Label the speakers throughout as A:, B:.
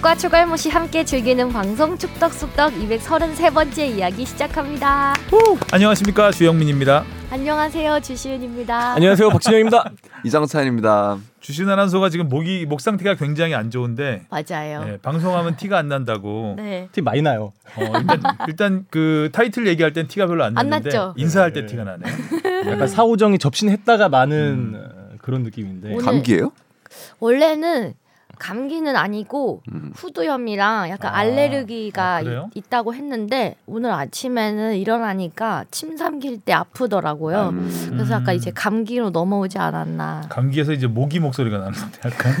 A: 과 추갈못이 함께 즐기는 방송 축덕숙덕 233번째 이야기 시작합니다.
B: 안녕하십니까 주영민입니다.
A: 안녕하세요 주시은입니다.
C: 안녕하세요 박진영입니다.
D: 이장찬입니다.
B: 주신 아나운서가 지금 목이 목 상태가 굉장히 안 좋은데
A: 맞아요.
B: 예, 방송하면 티가 안 난다고.
A: 네.
C: 팀 많이 나요.
B: 어, 일단, 일단 그 타이틀 얘기할 땐 티가 별로 안
A: 안
B: 났는데
A: 났죠.
B: 인사할 때
C: 네.
B: 티가 나네.
C: 약간 사오정이 접신했다가 많은 어, 그런 느낌인데.
A: 오늘-
D: 감기예요?
A: 원래는 감기는 아니고 후두염이랑 약간
B: 음. 아,
A: 알레르기가
B: 아, 그래요?
A: 있- 있다고 했는데 오늘 아침에는 일어나니까 침 삼킬 때 아프더라고요.
D: 음.
A: 그래서
B: 음.
A: 아까 이제 감기로 넘어오지 않았나.
B: 감기에서 이제 모기 목소리가 나는데 약간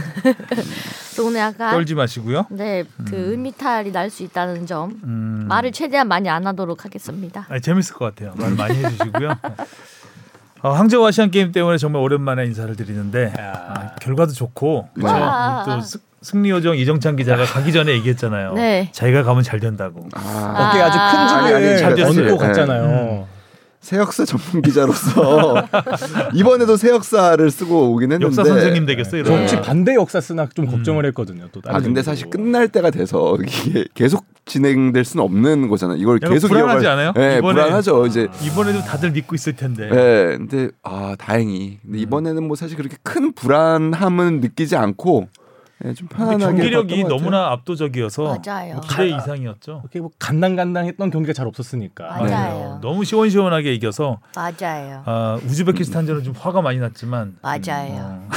A: 그래서 오늘 약간
B: 떨지 마시고요.
A: 네, 그 음이탈이 날 수 있다는 점
B: 음.
A: 말을 최대한 많이 안 하도록 하겠습니다.
B: 아니, 재밌을 것 같아요. 말 많이 해주시고요. 어, 항저우 아시안 게임 때문에 정말 오랜만에 인사를 드리는데 아, 결과도 좋고 음,
D: 그쵸.
A: 와.
B: 또 승- 승리 요정 이정찬 기자가 가기 전에 얘기했잖아요.
A: 네.
B: 자기가 가면 잘 된다고.
D: 아,
C: 어깨 아주
A: 아.
D: 아니, 아니,
C: 큰
D: 그러니까
C: 줄을
D: 사실,
C: 얹고 갔잖아요.
D: 세역사 전문 기자로서 이번에도 세역사를 쓰고 오긴 했는데
B: 역사 선생님 되겠어요. 이러면.
C: 정치 반대 역사 쓰나 좀 걱정을 했거든요. 또 다른
D: 아
C: 쪽으로.
D: 근데 사실 끝날 때가 돼서 이게 계속 진행될 수는 없는 거잖아요. 이걸
B: 약간
D: 계속
B: 불안하지
D: 이어갈-
B: 않아요?
D: 네,
B: 이번에-
D: 불안하죠. 이제
B: 이번에도 다들 믿고 있을 텐데.
D: 네, 근데 아 다행히. 근데
B: 음.
D: 이번에는 뭐 사실 그렇게 큰 불안함은 느끼지 않고 예, 좀
B: 근데
D: 편안하게.
B: 경기력이
D: 봤던 것 같아요.
B: 너무나 압도적이어서
A: 맞아요.
B: 뭐 기대 이상이었죠.
C: 이렇게 뭐 간당간당했던 경기가 잘 없었으니까.
B: 네.
A: 맞아요. 네.
B: 어, 너무 시원시원하게 이겨서
A: 맞아요.
B: 아, 우즈베키스탄전은 좀 화가 많이 났지만
A: 맞아요.
C: 음,
B: 어,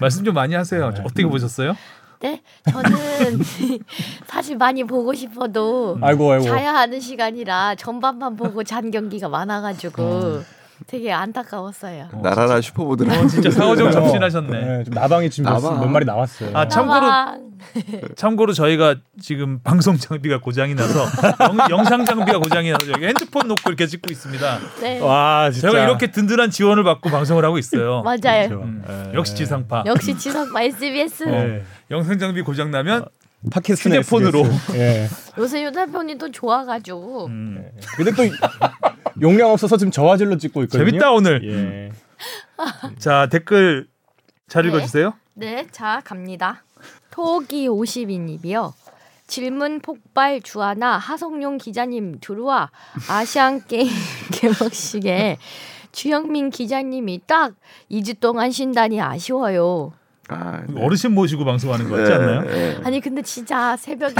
B: 말씀 좀 많이 하세요. 어떻게 보셨어요?
A: 네, 저는 사실 많이 보고 싶어도
C: 음. 아이고 아이고.
A: 자야 하는 시간이라 전반만 보고 잔 경기가 많아가지고
C: 음.
A: 되게 안타까웠어요.
D: 나라라 슈퍼보드를
B: 진짜 사오정 접신하셨네.
C: 네, 좀 나방이 지금 몇,
D: 나방.
C: 몇 마리 나왔어요.
B: 아 참고로
A: 다만
B: 참고로 저희가 지금 방송 장비가 고장이 나서 영, 영상 장비가 고장이 나서 여기 핸드폰 놓고 이렇게 찍고 있습니다.
A: 네,
C: 와 진짜.
B: 제가 이렇게 든든한 지원을 받고 방송을 하고 있어요.
A: 맞아요.
C: 그렇죠.
B: 음,
C: 네.
B: 역시 지상파.
A: 역시 지석바 SBS.
B: 어, 영상 장비 고장 나면
D: 아,
C: 팟캐스트
B: 휴대폰으로.
C: 예.
A: 요새 유달폰이 또 좋아가지고
B: 음,
C: 근데 또 용량 없어서 지금 저화질로 찍고 있거든요.
B: 재밌다 오늘.
C: 예.
B: 자 댓글 잘
A: 네.
B: 읽어주세요.
A: 네, 자 갑니다. 토기 50인님이요. 질문 폭발 주하나 하성룡 기자님 들어와 아시안 게임 개막식에 주영민 기자님이 딱 2주 동안 쉰다니 아쉬워요.
D: 아, 네.
B: 어르신 모시고 방송하는 거 같지 않나요?
D: 네.
A: 아니 근데 진짜 새벽에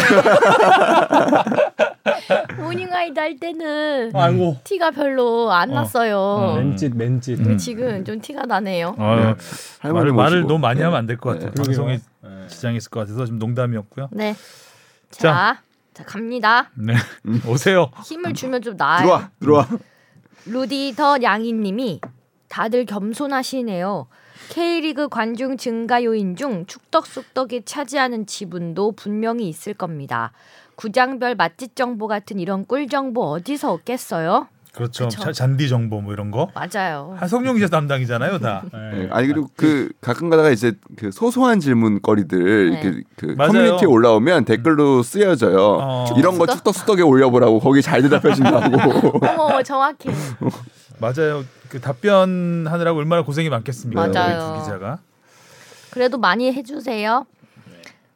A: 모닝아이드 할 때는
C: 아이고.
A: 티가 별로 안
B: 어.
A: 났어요.
C: 맨짓 맨짓.
B: 음.
A: 지금 좀 티가 나네요.
B: 어,
D: 할머니
B: 말을,
D: 모시고.
B: 말을 너무 많이
D: 네.
B: 하면 안 될 것 같아요.
D: 네.
B: 방송에
C: 예.
B: 지장이 있을 것 같아서 좀 농담이었고요.
A: 네.
B: 자.
A: 자, 자 갑니다.
B: 네 오세요.
A: 힘을 주면 좀 나아요.
B: 음.
D: 들어와 들어와.
A: 루디 더 양이님이 다들 겸손하시네요. K리그 관중 증가 요인 중 축덕숙덕이 차지하는 지분도 분명히 있을 겁니다. 구장별 맛집 정보 같은 이런 꿀 정보 어디서 얻겠어요?
B: 그렇죠.
A: 그쵸.
B: 자- 잔디 정보 뭐 이런 거.
A: 맞아요.
B: 한성용 기자 담당이잖아요 다.
D: 네. 아니 그리고 그 가끔 가다가 이제 그 소소한 질문거리들
A: 네.
D: 이렇게 그
B: 맞아요. 음.
D: 커뮤니티에 올라오면 댓글로 쓰여져요.
B: 어.
D: 이런 거 쑥덕쑥덕에 올려보라고 거기 잘 대답해준다고.
A: 어머 정확해.
B: 맞아요. 그 답변하느라고 얼마나 고생이 많겠습니까.
A: 맞아요.
B: 저희 두 기자가.
A: 그래도 많이 해주세요.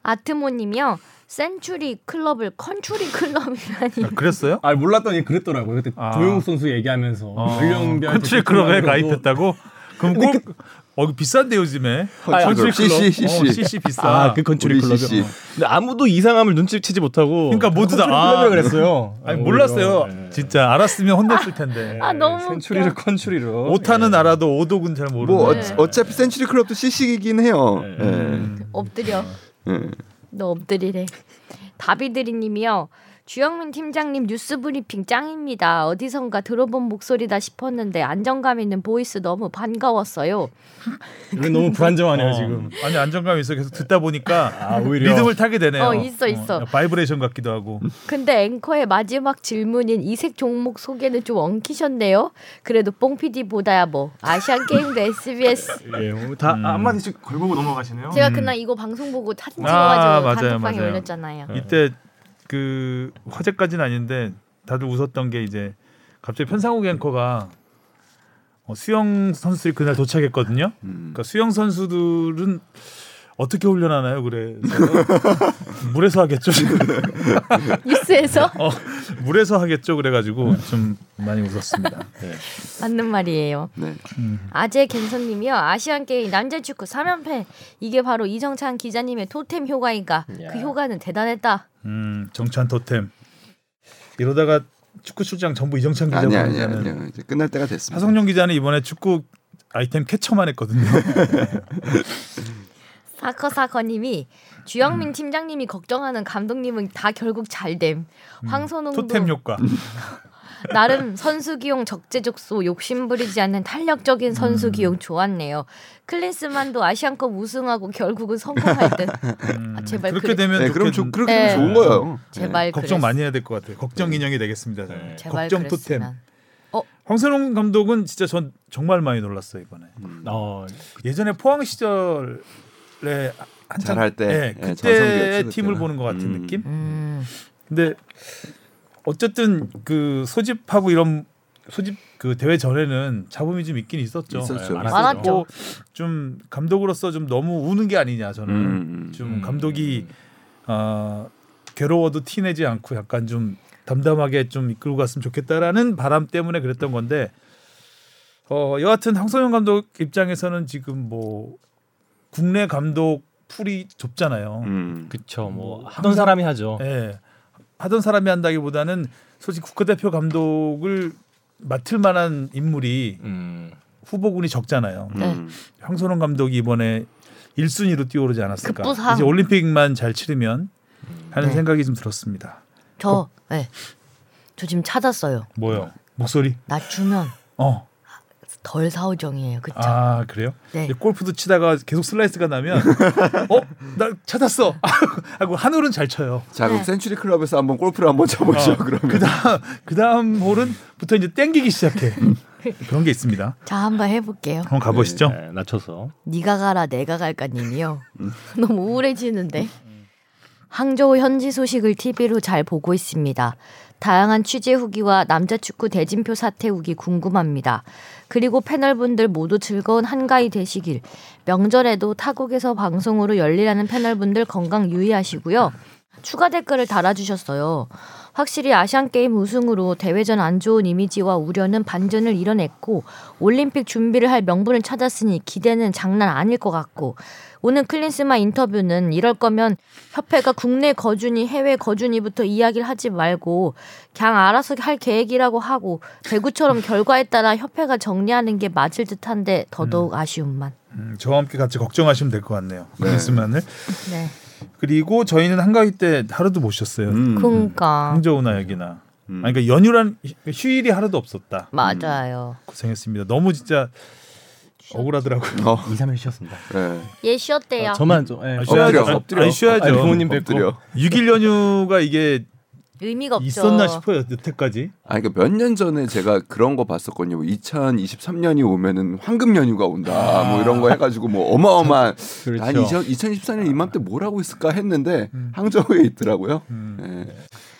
A: 아트모님이요. 센츄리 클럽을 컨츄리 클럽이라니.
B: 아, 그랬어요?
C: 아 몰랐더니 그랬더라고요. 그때
B: 아.
C: 조용욱 선수 얘기하면서 연령별
B: 컨트리 클럽에 어, 가입했다고. 그럼 꼭 어, 이거 비싼데 요즘에.
D: 컨트리 클럽. CC,
B: 어,
D: CC.
B: CC 비싸.
C: 아그 컨트리
D: 우리
C: 클럽.
D: CC.
C: 근데 아무도 이상함을 눈치채지 못하고.
B: 그러니까 모두 다,
C: 뭐 컨트리
B: 아.
C: 클럽이라 그랬어요.
B: 아니 네.
C: 어,
B: 몰랐어요.
C: 이거. 예.
B: 진짜 알았으면 혼냈을 텐데.
A: 아 너무
C: 네, 센츄리를
A: 웃겨.
C: 컨츄리로.
B: 오타는 알아도 오독은 잘 모르는.
D: 뭐 어,
A: 네.
D: 어차피 센츄리 클럽도 CC이긴 해요.
C: 네.
D: 예.
B: 음.
A: 엎드려.
D: 예.
A: 너 엎드리래. 다비드리님이요. 주영민 팀장님 뉴스 브리핑 짱입니다. 어디선가 들어본 목소리다 싶었는데 안정감 있는 보이스 너무 반가웠어요.
C: 이거 너무 불안정하네요
B: 어,
C: 지금.
B: 아니 안정감 있어 계속 듣다 보니까
C: 아 오히려.
B: 리듬을 타게 되네요.
A: 어, 있어, 있어.
B: 바이브레이션 같기도 하고.
A: 근데 앵커의 마지막 질문인 이색 종목 소개는 좀 엉키셨네요. 그래도 뽕피디보다야 뭐 아시안 게임도 SBS.
B: 음.
C: 예, 뭐다 한마디씩 걸고 넘어가시네요.
A: 제가 그날 이거 방송 보고 사진
B: 아,
A: 찍어가지고
B: 맞아요,
A: 단톡방에
B: 맞아요.
A: 올렸잖아요.
B: 이때 그 화제까지는 아닌데 다들 웃었던 게 이제 갑자기 편상욱 앵커가 음. 어, 수영 선수들이 그날 도착했거든요. 그러니까 수영 선수들은 어떻게 훈련하나요? 그래 물에서 하겠죠.
A: 뉴스에서
B: 어, 물에서 하겠죠. 그래가지고 네, 좀 많이 웃었습니다. 네.
A: 맞는 말이에요.
D: 네.
A: 아재 갬성님이요. 아시안 게임 남자 축구 3연패 이게 바로 이정찬 기자님의 토템 효과인가? 그 효과는 대단했다.
B: 음, 정찬 토템 이러다가 축구 출장 전부 이정찬 기자가
D: 아니 아니
B: 하면은
D: 아니요. 이제 끝날 때가 됐습니다.
B: 하성룡 기자는 이번에 축구 아이템 캐쳐만 했거든요.
D: 음.
A: 사커 사커님이 주영민 팀장님이 걱정하는 감독님은 다 결국 잘됨. 황선홍도
B: 음, 토템 효과.
D: 음.
A: 나름 선수 기용 적재적소 욕심 부리지 않는 탄력적인 선수
B: 음.
A: 기용 좋았네요. 클린스만도 아시안컵 우승하고 결국은 성공할 듯. 아, 제발
B: 음, 그렇게
A: 그래.
B: 되면 음.
D: 네, 그럼 좋,
B: 좋겠-
D: 그렇게 네.
A: 네.
D: 되면 좋은 거예요.
A: 제발
B: 걱정
A: 그랬-
B: 많이 해야 될 것 같아요. 걱정 인형이 되겠습니다. 저는.
A: 제발
B: 걱정 토템.
A: 그랬으면.
B: 황선홍 감독은 진짜 전 정말 많이 놀랐어요 이번에.
C: 어,
B: 예전에 포항 시절에 한참
D: 잘할 때.
B: 예,
D: 예, 전성기
B: 그때
D: 없을
B: 팀을
D: 때나.
B: 보는 것 같은
D: 음.
B: 느낌.
A: 음,
B: 근데 어쨌든 그 소집하고 이런 소집 그 대회 전에는 잡음이 좀 있긴 있었죠.
D: 있었죠.
B: 예,
A: 많았죠.
B: 그리고 좀 감독으로서 좀 너무 우는 게 아니냐 저는
D: 음, 음.
B: 좀
C: 음.
B: 감독이 어, 괴로워도 티내지 않고 약간 좀 담담하게 좀 이끌고 갔으면 좋겠다라는 바람 때문에 그랬던 건데 어, 여하튼 황성현 감독 입장에서는 지금 뭐 국내 감독 풀이 좁잖아요.
D: 음.
C: 그쵸. 뭐
B: 항상-
C: 하던 사람이 하죠.
B: 예. 하던 사람이 한다기보다는 솔직히 국가대표 감독을 맡을 만한 인물이
C: 음.
B: 후보군이 적잖아요.
A: 네.
D: 음.
B: 황선홍 감독이 이번에 1순위로 뛰어오르지 않았을까?
A: 급부상.
B: 이제 올림픽만 잘 치르면 하는
A: 네.
B: 생각이 좀 들었습니다.
A: 저, 예. 저 지금 찾았어요.
B: 뭐요? 목소리?
A: 낮추면
B: 어.
A: 덜 사오정이에요. 그쵸?
B: 아 그래요?
A: 네.
B: 이제 골프도 치다가 계속 슬라이스가 나면 어나 찾았어 하고 한 홀은 잘 쳐요.
D: 자 그럼
A: 네.
D: 센츄리 클럽에서 한번 골프를 한번 쳐보죠. 그러면
B: 어. 그다음 그다음 홀은부터 이제 땡기기 시작해.
A: 음.
B: 그런 게 있습니다.
A: 자, 한번 해볼게요.
B: 한번 가보시죠.
C: 네, 낮춰서.
A: 네가 가라 내가 갈까 님이요. 너무 우울해지는데. 항저우 현지 소식을 TV로 잘 보고 있습니다. 다양한 취재 후기와 남자 축구 대진표 사태 후기 궁금합니다. 그리고 패널분들 모두 즐거운 한가위 되시길. 명절에도 타국에서 방송으로 열리라는 패널분들 건강 유의하시고요. 추가 댓글을 달아주셨어요. 확실히 아시안게임 우승으로 대회전 안 좋은 이미지와 우려는 반전을 이뤄냈고 올림픽 준비를 할 명분을 찾았으니 기대는 장난 아닐 것 같고 오늘 클린스마 인터뷰는 이럴 거면 협회가 국내 거주니 해외 거주니부터 이야기를 하지 말고 그냥 알아서 할 계획이라고 하고 배구처럼 결과에 따라 협회가 정리하는 게 맞을 듯한데 더더욱 아쉬움만.
B: 음, 저와 함께 같이 걱정하시면 될 것 같네요. 그리스만을
A: 네.
B: 그리고 저희는 한가위 때 하루도 못 쉬었어요.
D: 음.
A: 그러니까
B: 항저우나 여기나. 아니, 그러니까 연휴란 휴- 휴일이 하루도 없었다.
A: 맞아요.
B: 음. 고생했습니다. 너무 진짜 억울하더라고요.
D: 어,
C: 2, 3일 쉬었습니다.
D: 네.
A: 예 쉬었대요.
C: 아, 저만 좀 예.
B: 아,
C: 어,
B: 쉬어야죠.
D: 엎드려, 엎드려.
B: 아니, 쉬어야죠.
C: 아니, 부모님 뵙고.
D: 엎드려.
B: 6일 연휴가 이게
A: 의미가 없죠.
B: 있었나 싶어요. 여태까지.
D: 아, 그러니까 몇 년 전에 제가 그런 거 봤었거든요. 뭐 2023년이 오면은 황금 연휴가 온다. 뭐 이런 거 해가지고 뭐 어마어마한.
C: 그렇죠.
D: 아니 2024년 이맘때 뭘 하고 있을까 했는데
B: 음.
D: 항저우에 있더라고요. 예.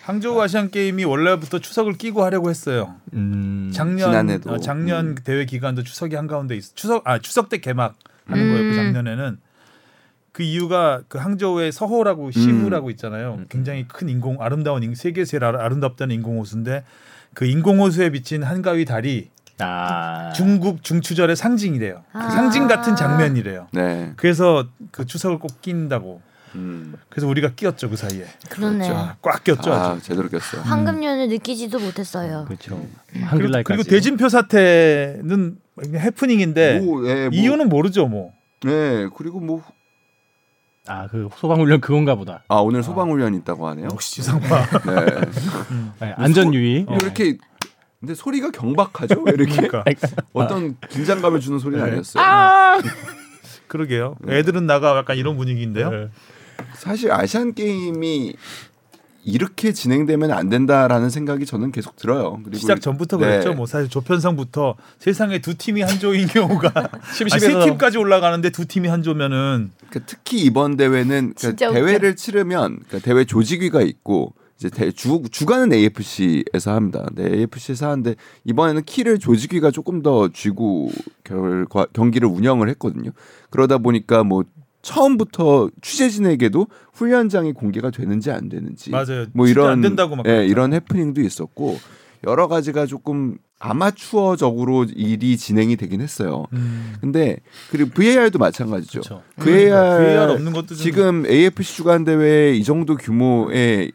B: 항저우 아시안 게임이 원래부터 추석을 끼고 하려고 했어요.
C: 음.
B: 작년
D: 지난해도. 음.
B: 어, 작년 대회 기간도 추석이 한가운데 있어. 추석 아 추석 때 개막 하는 거였고 작년에는 그 이유가 그 항저우에 서호라고
D: 음.
B: 시부라고 있잖아요. 굉장히 큰 인공 아름다운 인- 세계 제일 아- 아름답다는 인공호수인데 그 인공호수에 비친 한가위 달이
C: 아.
B: 중국 중추절의 상징이래요. 그 상징 같은 장면이래요.
D: 네.
B: 그래서 그 추석을 꼭 낀다고.
D: 음.
B: 그래서 우리가 끼었죠 그 사이에.
A: 그러네.
B: 아, 꽉 끼었죠.
D: 아
B: 아주.
D: 제대로
A: 그렇죠.
D: 꼈어요.
A: 황금년을 느끼지도 못했어요.
C: 그렇죠.
B: 그리고,
C: 한글날까지.
B: 음. 그리고 대진표 사태는 그냥 해프닝인데
D: 뭐, 예, 뭐,
B: 네. 이유는 모르죠 뭐.
D: 네 그리고 뭐 아
C: 아, 그 소방훈련 그건가 보다.
D: 오늘 소방훈련 있다고 하네요.
B: 역시 지상파.
D: 네.
C: 예, 안전 유의.
B: 어.
D: 이거 이렇게 근데 소리가 경박하죠? 왜 이렇게
B: 그러니까 네.
D: 어떤 긴장감을 주는 소리는 아니었어요.
B: 그러게요.
D: 음.
B: 애들은 나가 약간 이런 분위기인데요.
C: 네.
D: 사실 아시안 게임이 이렇게 진행되면 안 된다라는 생각이 저는 계속 들어요. 그리고
B: 시작 전부터
D: 네.
B: 그랬죠. 뭐 사실 조편성부터 세상에 두 팀이 한 조인 경우가 아, 세
C: 심심해서.
B: 팀까지 올라가는데 두 팀이 한 조면은
D: 그러니까 특히 이번 대회는 그러니까
A: 진짜 웃겨.
D: 대회를 치르면 그러니까 대회 조직위가 있고 이제 대, 주, 주간은 AFC에서 합니다. 네, AFC에서 하는데 이번에는 키를 조직위가 조금 더 쥐고 결과 경기를 운영을 했거든요. 그러다 보니까 뭐 처음부터 취재진에게도 훈련장이 공개가 되는지 안 되는지
B: 맞아요.
D: 뭐
B: 진짜
D: 이런
B: 안 된다고 막
D: 예,
B: 그랬잖아요.
D: 이런 해프닝도 있었고 여러 가지가 조금 아마추어적으로 일이 진행이 되긴 했어요.
B: 음.
D: 근데 그리고 VAR도 마찬가지죠.
C: 그렇죠.
D: VAR,
B: VR 음, 그러니까 없는 것도 좀
D: 지금 AFC 주간 대회 이 정도 규모의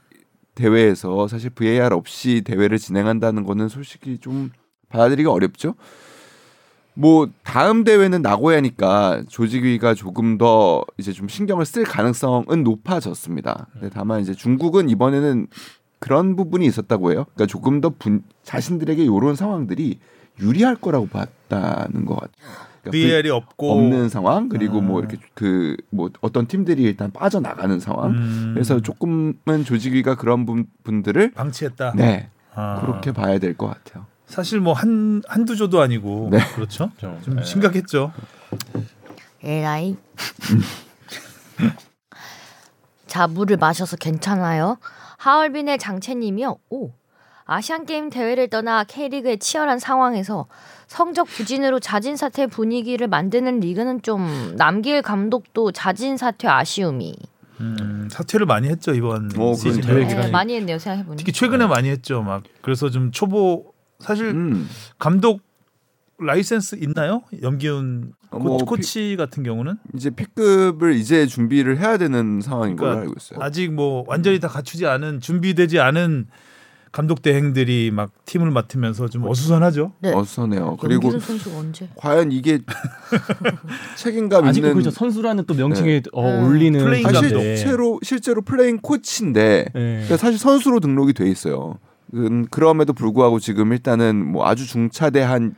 D: 대회에서 사실 VAR 없이 대회를 진행한다는 거는 솔직히 좀 받아들이기 어렵죠. 뭐 다음 대회는 나고야니까 조직위가 조금 더 이제 좀 신경을 쓸 가능성은 높아졌습니다. 근데 다만 이제 중국은 이번에는 그런 부분이 있었다고 해요. 그러니까 조금 더 분, 자신들에게 이런 상황들이 유리할 거라고 봤다는 것 같아요. 그러니까 V-
B: VR이 없고
D: 없는 상황 그리고 뭐
B: 아.
D: 이렇게 그 뭐 어떤 팀들이 일단 빠져나가는 상황
B: 음.
D: 그래서 조금은 조직위가 그런 분, 분들을
B: 방치했다.
D: 네
B: 아.
D: 그렇게 봐야 될 것 같아요.
B: 사실 뭐 한 한두 조도 아니고
D: 네.
B: 그렇죠.
C: 그렇죠.
B: 좀
C: 네.
B: 심각했죠.
A: 에라이. 자, 물을 마셔서 괜찮아요. 하얼빈의 장채님이요. 오. 아시안 게임 대회를 떠나 K리그의 치열한 상황에서 성적 부진으로 자진 사퇴 분위기를 만드는 리그는 좀 남길 감독도 자진 사퇴 아쉬움이
B: 음, 사퇴를 많이 했죠 이번
D: 어,
B: 시즌
D: 그러니까요.
B: 대회
A: 네,
B: 기간에.
A: 많이 했네요 생각해 보니.
B: 특히 최근에 많이 했죠. 막 그래서 좀 초보 사실
D: 음.
B: 감독 라이센스 있나요? 염기훈
D: 어,
B: 코,
D: 뭐
B: 치 같은 경우는
D: 이제 P급을 이제 준비를 해야 되는 상황인 걸로 알고 있어요.
B: 그러니까 아직 뭐 완전히 다 갖추지 않은 준비되지 않은 감독 대행들이 막 팀을 맡으면서 좀 어수선하죠.
A: 네.
D: 어수선해요. 그리고
A: 연기훈 선수가 언제?
D: 과연 이게 책임감
C: 어. 아직도
D: 있는
C: 그죠 선수라는 또 명칭에 어,
A: 음.
C: 올리는
B: 네. 플레잉
D: 사실
B: 감독.
C: 네.
D: 실제로 실제로 플레잉 코치인데
C: 네.
D: 그러니까 사실 선수로 등록이 돼 있어요. 음, 그럼에도 불구하고 지금 일단은 뭐 아주 중차대한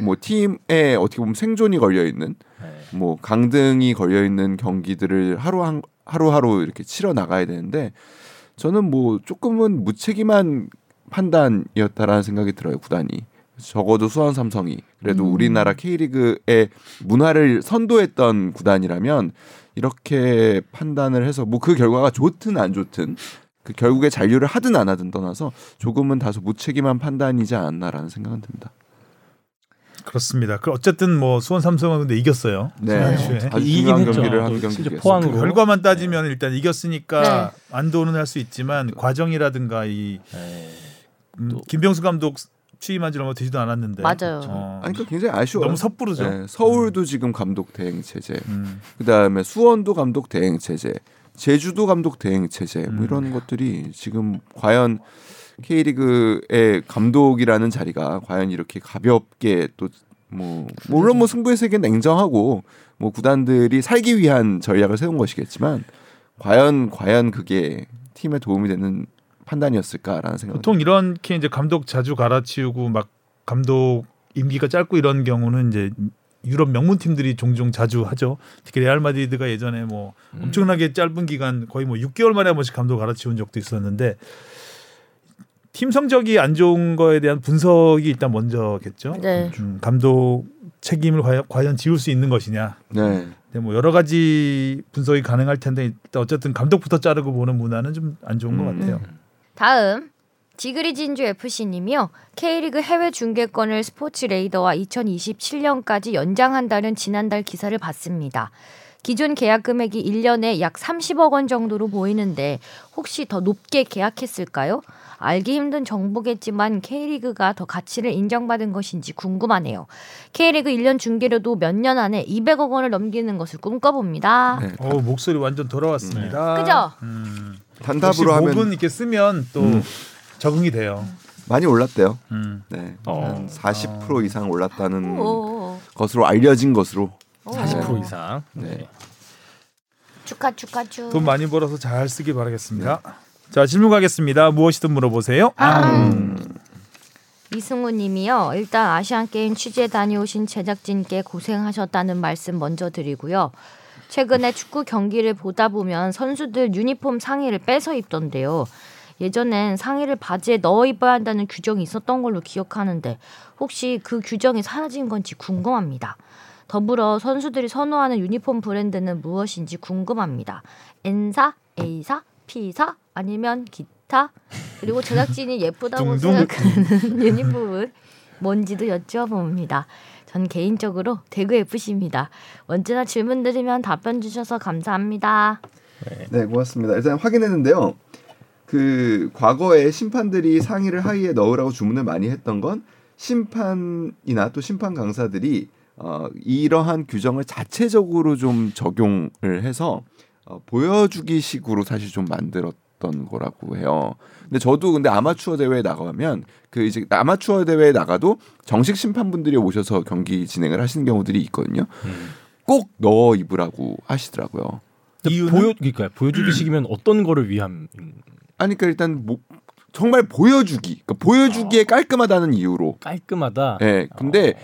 D: 뭐 팀에 어떻게 보면 생존이 걸려 있는 뭐 강등이 걸려 있는 경기들을 하루 한, 하루하루 이렇게 치러 나가야 되는데 저는 뭐 조금은 무책임한 판단이었다라는 생각이 들어요 구단이 적어도 수원 삼성이 그래도 우리나라 K리그의 문화를 선도했던 구단이라면 이렇게 판단을 해서 뭐 그 결과가 좋든 안 좋든 그 결국에 잔류를 하든 안 하든 떠나서 조금은 다소 무책임한 판단이지 않았나라는 생각은 듭니다.
B: 그렇습니다. 그 어쨌든 뭐 수원 삼성은 근데 이겼어요.
D: 네,
B: 지난주에.
D: 아주
C: 이긴
D: 중요한
C: 했죠.
D: 경기를 한
C: 또
D: 경기
C: 심지어 포항으로.
B: 그 결과만 따지면 일단 이겼으니까
A: 네.
B: 안도는 할 수 있지만 과정이라든가 이
C: 네.
B: 음,
C: 또-
B: 김병수 감독 취임한 지 얼마 되지도 않았는데
A: 맞아요.
B: 어,
D: 아니 그러니까 굉장히 아쉬워요.
B: 너무 섣부르죠.
D: 네, 서울도 지금 감독 대행 체제,
B: 음.
D: 그다음에 수원도 감독 대행 체제, 제주도 감독 대행 체제
B: 음.
D: 뭐 이런 것들이 지금 과연 K리그의 감독이라는 자리가 과연 이렇게 가볍게 또 뭐 물론 뭐 승부의 세계는 냉정하고 뭐 구단들이 살기 위한 전략을 세운 것이겠지만 과연 과연 그게 팀에 도움이 되는 판단이었을까라는 생각.
B: 보통 이렇게 이제 감독 자주 갈아치우고 막 감독 임기가 짧고 이런 경우는 이제 유럽 명문 팀들이 종종 자주 하죠. 특히 레알 마드리드가 예전에 뭐 엄청나게 짧은 기간 거의 뭐 6개월 만에 한 번씩 감독 갈아치운 적도 있었는데 팀 성적이 안 좋은 거에 대한 분석이 일단 먼저겠죠.
A: 네.
B: 음, 감독 책임을 과연, 과연 지울 수 있는 것이냐.
D: 네.
B: 근데 뭐 여러 가지 분석이 가능할 텐데 일단 어쨌든 감독부터 자르고 보는 문화는 좀 안 좋은 것
D: 음.
B: 같아요.
A: 다음 지그리 진주 FC님이요. K리그 해외 중계권을 스포츠 레이더와 2027년까지 연장한다는 지난달 기사를 봤습니다. 기존 계약 금액이 1년에 약 30억 원 정도로 보이는데 혹시 더 높게 계약했을까요? 알기 힘든 정보겠지만 K리그가 더 가치를 인정받은 것인지 궁금하네요. K리그 1년 중계료도 몇 년 안에 200억 원을 넘기는 것을 꿈꿔봅니다.
D: 네.
B: 어우 목소리 완전 돌아왔습니다.
A: 그죠?
B: 음. 혹시
D: 단답으로 하면
B: 목은 이렇게 쓰면 또 적응이 돼요.
D: 많이 올랐대요.
B: 음. 아.
D: 네.
C: 어.
D: 한 40% 이상 올랐다는
A: 오,
D: 것으로 알려진 것으로.
A: 오, 오.
C: 40% 이상. 네.
A: 축하 축하 축.
B: 돈 많이 벌어서 잘 쓰기 바라겠습니다. 자 질문 가겠습니다. 무엇이든 물어보세요. 아,
A: 이승우님이요. 일단 아시안 게임 취재 다녀오신 제작진께 고생하셨다는 말씀 먼저 드리고요. 최근에 축구 경기를 보다 보면 선수들 유니폼 상의를 빼서 입던데요. 예전엔 상의를 바지에 넣어 입어야 한다는 규정이 있었던 걸로 기억하는데 혹시 그 규정이 사라진 건지 궁금합니다. 더불어 선수들이 선호하는 유니폼 브랜드는 무엇인지 궁금합니다. N사, A사, P사 아니면 기타 그리고 제작진이 예쁘다고
B: 둥둥.
A: 음. 생각하는 유니폼은 뭔지도 여쭤봅니다. 전 개인적으로 대구 FC입니다. 언제나 질문 드리면 답변 주셔서 감사합니다.
B: 음.
D: 네, 고맙습니다. 일단 확인했는데요. 그 과거에 심판들이 상의를 하의에 넣으라고 주문을 많이 했던 건 심판이나 또 심판 강사들이 어, 이러한 규정을 자체적으로 좀 적용을 해서 어, 보여주기식으로 사실 좀 만들었던 거라고 해요. 근데 저도 근데 아마추어 대회에 나가면 그 이제 아마추어 대회에 나가도 정식 심판분들이 오셔서 경기 진행을 하시는 경우들이 있거든요. 꼭 넣어 입으라고 하시더라고요.
B: 이유는? 음.
C: 보여 그러니까 보여주기식이면 어떤 거를 위함?
D: 아니 그러니까 일단 뭐, 정말 보여주기, 그러니까
B: 아.
D: 보여주기에 깔끔하다는 이유로
C: 깔끔하다.
B: 네.
D: 예. 근데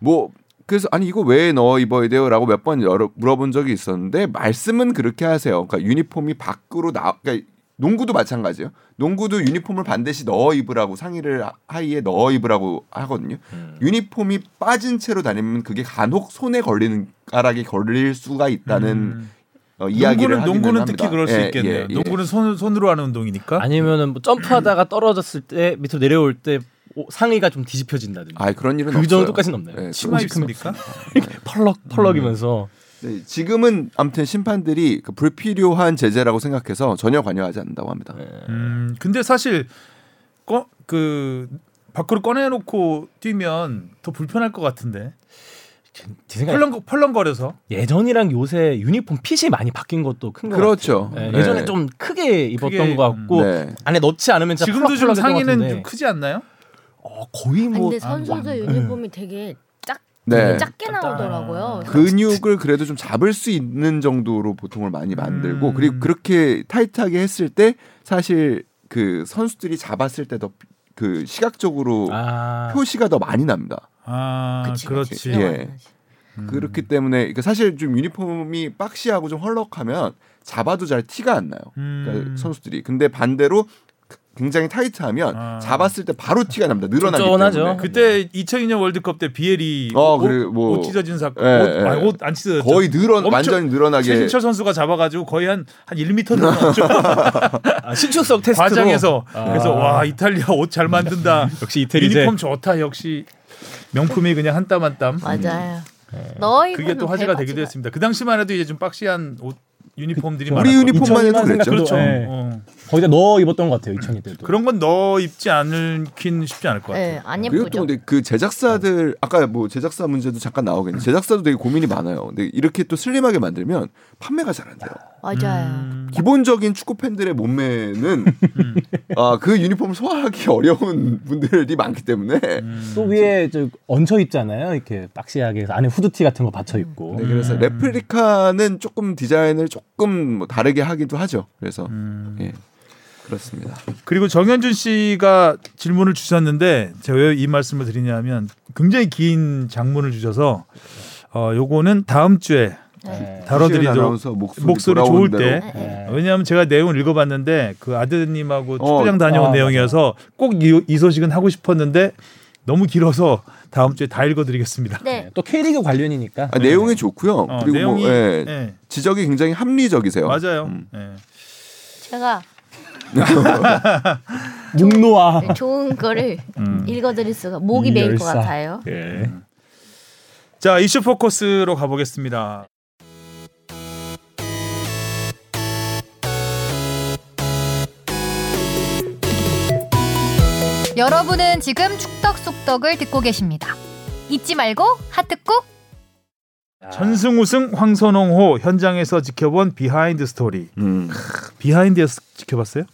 D: 뭐 그래서 아니 이거 왜 넣어 입어야 돼요라고 몇 번 물어본 적이 있었는데 말씀은 그렇게 하세요. 그러니까 유니폼이 밖으로 나 그러니까 농구도 마찬가지예요. 농구도 유니폼을 반드시 넣어 입으라고 상의를 하- 하의에 넣어 입으라고 하거든요.
B: 음.
D: 유니폼이 빠진 채로 다니면 그게 간혹 손에 걸리는 가락이 걸릴 수가 있다는
B: 음.
D: 어,
B: 농구는
D: 이야기를 하기는
B: 농구는
D: 합니다.
B: 특히 그럴 수
D: 예,
B: 있겠네요.
D: 예, 예.
B: 농구는 손 손으로 하는 운동이니까.
C: 아니면은 뭐 점프하다가 떨어졌을 때 밑으로 내려올 때 오- 상의가 좀 뒤집혀진다든지.
D: 아 그런 일은
C: 그
D: 없어요.
C: 정도까지는 없나요?
D: 예,
B: 치마
D: 그런-
B: 입습니까?
C: 펄럭 펄럭이면서
B: 음.
D: 네, 지금은 아무튼 심판들이 그 불필요한 제재라고 생각해서 전혀 관여하지 않는다고 합니다.
C: 네.
B: 음, 근데 사실 꺼, 그 밖으로 꺼내놓고 뛰면 더 불편할 것 같은데
C: 제 생각에
B: 펄렁 펄렁거려서
C: 예전이랑 요새 유니폼 핏이 많이 바뀐 것도 큰거
D: 그렇죠.
C: 예, 예전에
D: 네.
C: 좀 크게 입었던
B: 그게, 음.
C: 것 같고
D: 네.
C: 안에 넣지 않으면 진짜
B: 지금도 좀
C: 펄럭펄럭했던 것
B: 상의는
C: 같은데.
B: 좀 크지 않나요?
C: 어, 거의
A: 아니,
C: 뭐
A: 근데 선수들
B: 네.
A: 유니폼이 되게 작
D: 네.
C: 음,
A: 작게 나오더라고요.
D: 근육을 그래도 좀 잡을 수 있는 정도로 보통을 많이 만들고
B: 음.
D: 그리고 그렇게 타이트하게 했을 때 사실 그 선수들이 잡았을 때 더 그 시각적으로
C: 아,
D: 표시가 더 많이 납니다.
B: 아
A: 그치, 네.
B: 그렇지
A: 그치.
D: 예.
B: 음.
D: 그렇기 때문에 그러니까 사실 좀 유니폼이 박시하고 좀 헐렁하면 잡아도 잘 티가 안 나요. 그러니까
B: 음.
D: 선수들이. 근데 반대로 그 굉장히 타이트하면
B: 아.
D: 잡았을 때 바로 티가 납니다. 늘어나기
C: 쫀쫀하죠.
D: 때문에.
B: 그때 2002년 월드컵 때 비엘이
D: 어,
B: 옷,
D: 그래, 뭐.
B: 옷 찢어진 사건,
D: 예,
B: 옷,
D: 예.
B: 아니, 옷안 찢어졌죠.
D: 거의 늘어
B: 엄청-
D: 완전히 늘어나게
B: 최신철 선수가 잡아가지고 거의 한한 1m 넘었죠.
C: 아, 신축성 테스트로
B: 과장해서
C: 아.
B: 그래서 와 이탈리아 옷 잘 만든다.
C: 역시 이태리제
B: 유니폼 좋다 역시 명품이 그냥 한 땀 한 땀.
A: 맞아요. 음. 너희
B: 네. 그게 또 화제가 되기도 했습니다. 그 당시만 해도 이제 좀 박시한 옷 유니폼들이
D: 우리
B: 많았고
D: 유니폼만 해도 그랬죠.
B: 그렇죠.
C: 네.
B: 어.
C: 거기다 넣어 입었던 것 같아요 2002 때도
B: 그런 건 너 입지 않을긴 쉽지 않을 것 같아요.
A: 예, 안
D: 그리고 또
A: 예쁘죠.
D: 근데 그 제작사들 아까 뭐 제작사 문제도 잠깐 나오겠는데 제작사도 되게 고민이 많아요. 근데 이렇게 또 슬림하게 만들면 판매가 잘 안 돼요.
A: 맞아요.
B: 음.
D: 기본적인 축구 팬들의 몸매는 아 그 유니폼을 소화하기 어려운 분들이 많기 때문에
B: 음.
D: 네,
C: 또 위에 저 얹혀 입잖아요 이렇게 박시하게 해서 안에 후드티 같은 거 받쳐 입고
D: 네, 그래서
B: 음.
D: 레플리카는 조금 디자인을 조금 뭐 다르게 하기도 하죠. 그래서
B: 음.
D: 예 그렇습니다.
B: 그리고 정현준 씨가 질문을 주셨는데 제가 왜 이 말씀을 드리냐면 굉장히 긴 장문을 주셔서 어 요거는 다음 음. 주에
C: 네.
D: 시은
B: 다뤄드리도록
D: 아나운서 목소리,
B: 목소리 좋을
D: 돌아오는
B: 때
D: 대로.
C: 네.
B: 왜냐하면 제가 내용 을 읽어봤는데 그 아드님하고
D: 어,
B: 축구장 다녀온
C: 아,
B: 내용이어서 꼭 이 소식은 하고 싶었는데 너무 길어서 다음 주에 다 읽어드리겠습니다.
A: 네.
C: 또 K리그 관련이니까
D: 아, 내용이 좋고요.
B: 어,
D: 그리고
B: 내용이
D: 뭐 예,
B: 예,
D: 지적이 굉장히 합리적이세요.
B: 맞아요.
D: 음.
B: 예.
A: 제가
C: 네. 묵노아
A: 좋은 거를
B: 음.
A: 읽어드릴 수가 목이 메일 것
C: 열사.
A: 같아요.
B: 자 이슈 포커스로 가보겠습니다.
E: 여러분은 지금 축덕 속덕을 듣고 계십니다. 잊지 말고 하트 꾹.
B: 전승우승 황선홍호 현장에서 지켜본 비하인드 스토리.
D: 음.
B: 비하인드에서 지켜봤어요?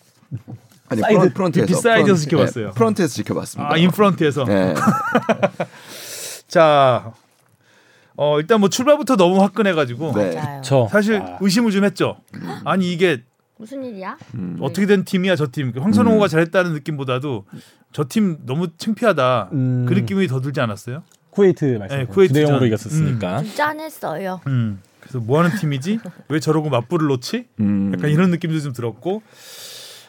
D: 아니
C: 사이드,
D: 프런- 프런트에서
B: 뒷사이드에서
D: 프런트,
B: 지켜봤어요.
D: 예, 프런트에서 지켜봤습니다.
B: 아 인프런트에서.
D: 예.
B: 자 어, 일단 뭐 출발부터 너무 화끈해가지고
D: 네.
A: 맞아요.
C: 저
B: 사실 의심을 좀 했죠. 아니 이게
A: 무슨 일이야?
D: 음.
B: 어떻게 된 팀이야 저 팀. 황선홍호가 잘했다는 느낌보다도 저 팀 너무 창피하다.
C: 음.
B: 그 느낌이 더 들지 않았어요?
C: 쿠웨이트 말씀
B: 네,
C: 네,
B: 쿠웨이트전.
C: 9대 0으로 이겼었으니까
B: 아?
A: 짠했어요.
B: 음. 그래서 뭐 하는 팀이지? 왜 저러고 맞불을 놓지?
D: 음.
B: 약간 이런 느낌도 좀 들었고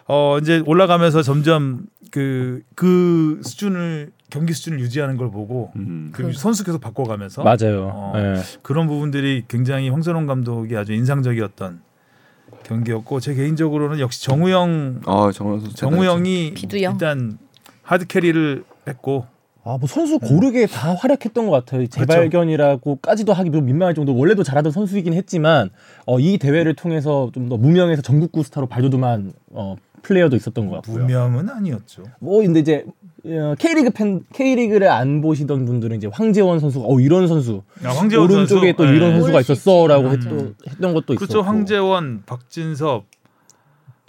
B: 어 이제 올라가면서 점점 그 그 수준을 경기 수준을 유지하는 걸 보고
D: 음.
B: 그 선수 계속 바꿔가면서
C: 맞아요
B: 어.
C: 예.
B: 그런 부분들이 굉장히 황선홍 감독이 아주 인상적이었던 경기였고 제 개인적으로는 역시 정우영
D: 아 정우영 선수
B: 정우영이
A: 비두영.
B: 일단 하드 캐리를 했고
C: 아, 뭐 선수 고르게 다 활약했던 것 같아요.
B: 그렇죠.
C: 재발견이라고까지도 하기 좀 민망할 정도 원래도 잘하던 선수이긴 했지만 어, 이 대회를 통해서 좀 더 무명에서 전국구 스타로 발돋움한 어, 플레이어도 있었던 것 같고요.
B: 무명은 아니었죠.
C: 뭐 근데 이제 어, K리그 팬 K리그를 안 보시던 분들은 이제 황재원 선수가 어 이런 선수
B: 야, 아, 황재원
C: 오른쪽에
B: 선수?
C: 또 이런
B: 네.
C: 선수가
A: 모를 수
C: 있었어라고
B: 있지.
C: 했,
B: 음.
C: 던 것도 있었고.
B: 그렇죠. 황재원, 박진섭,
C: 어,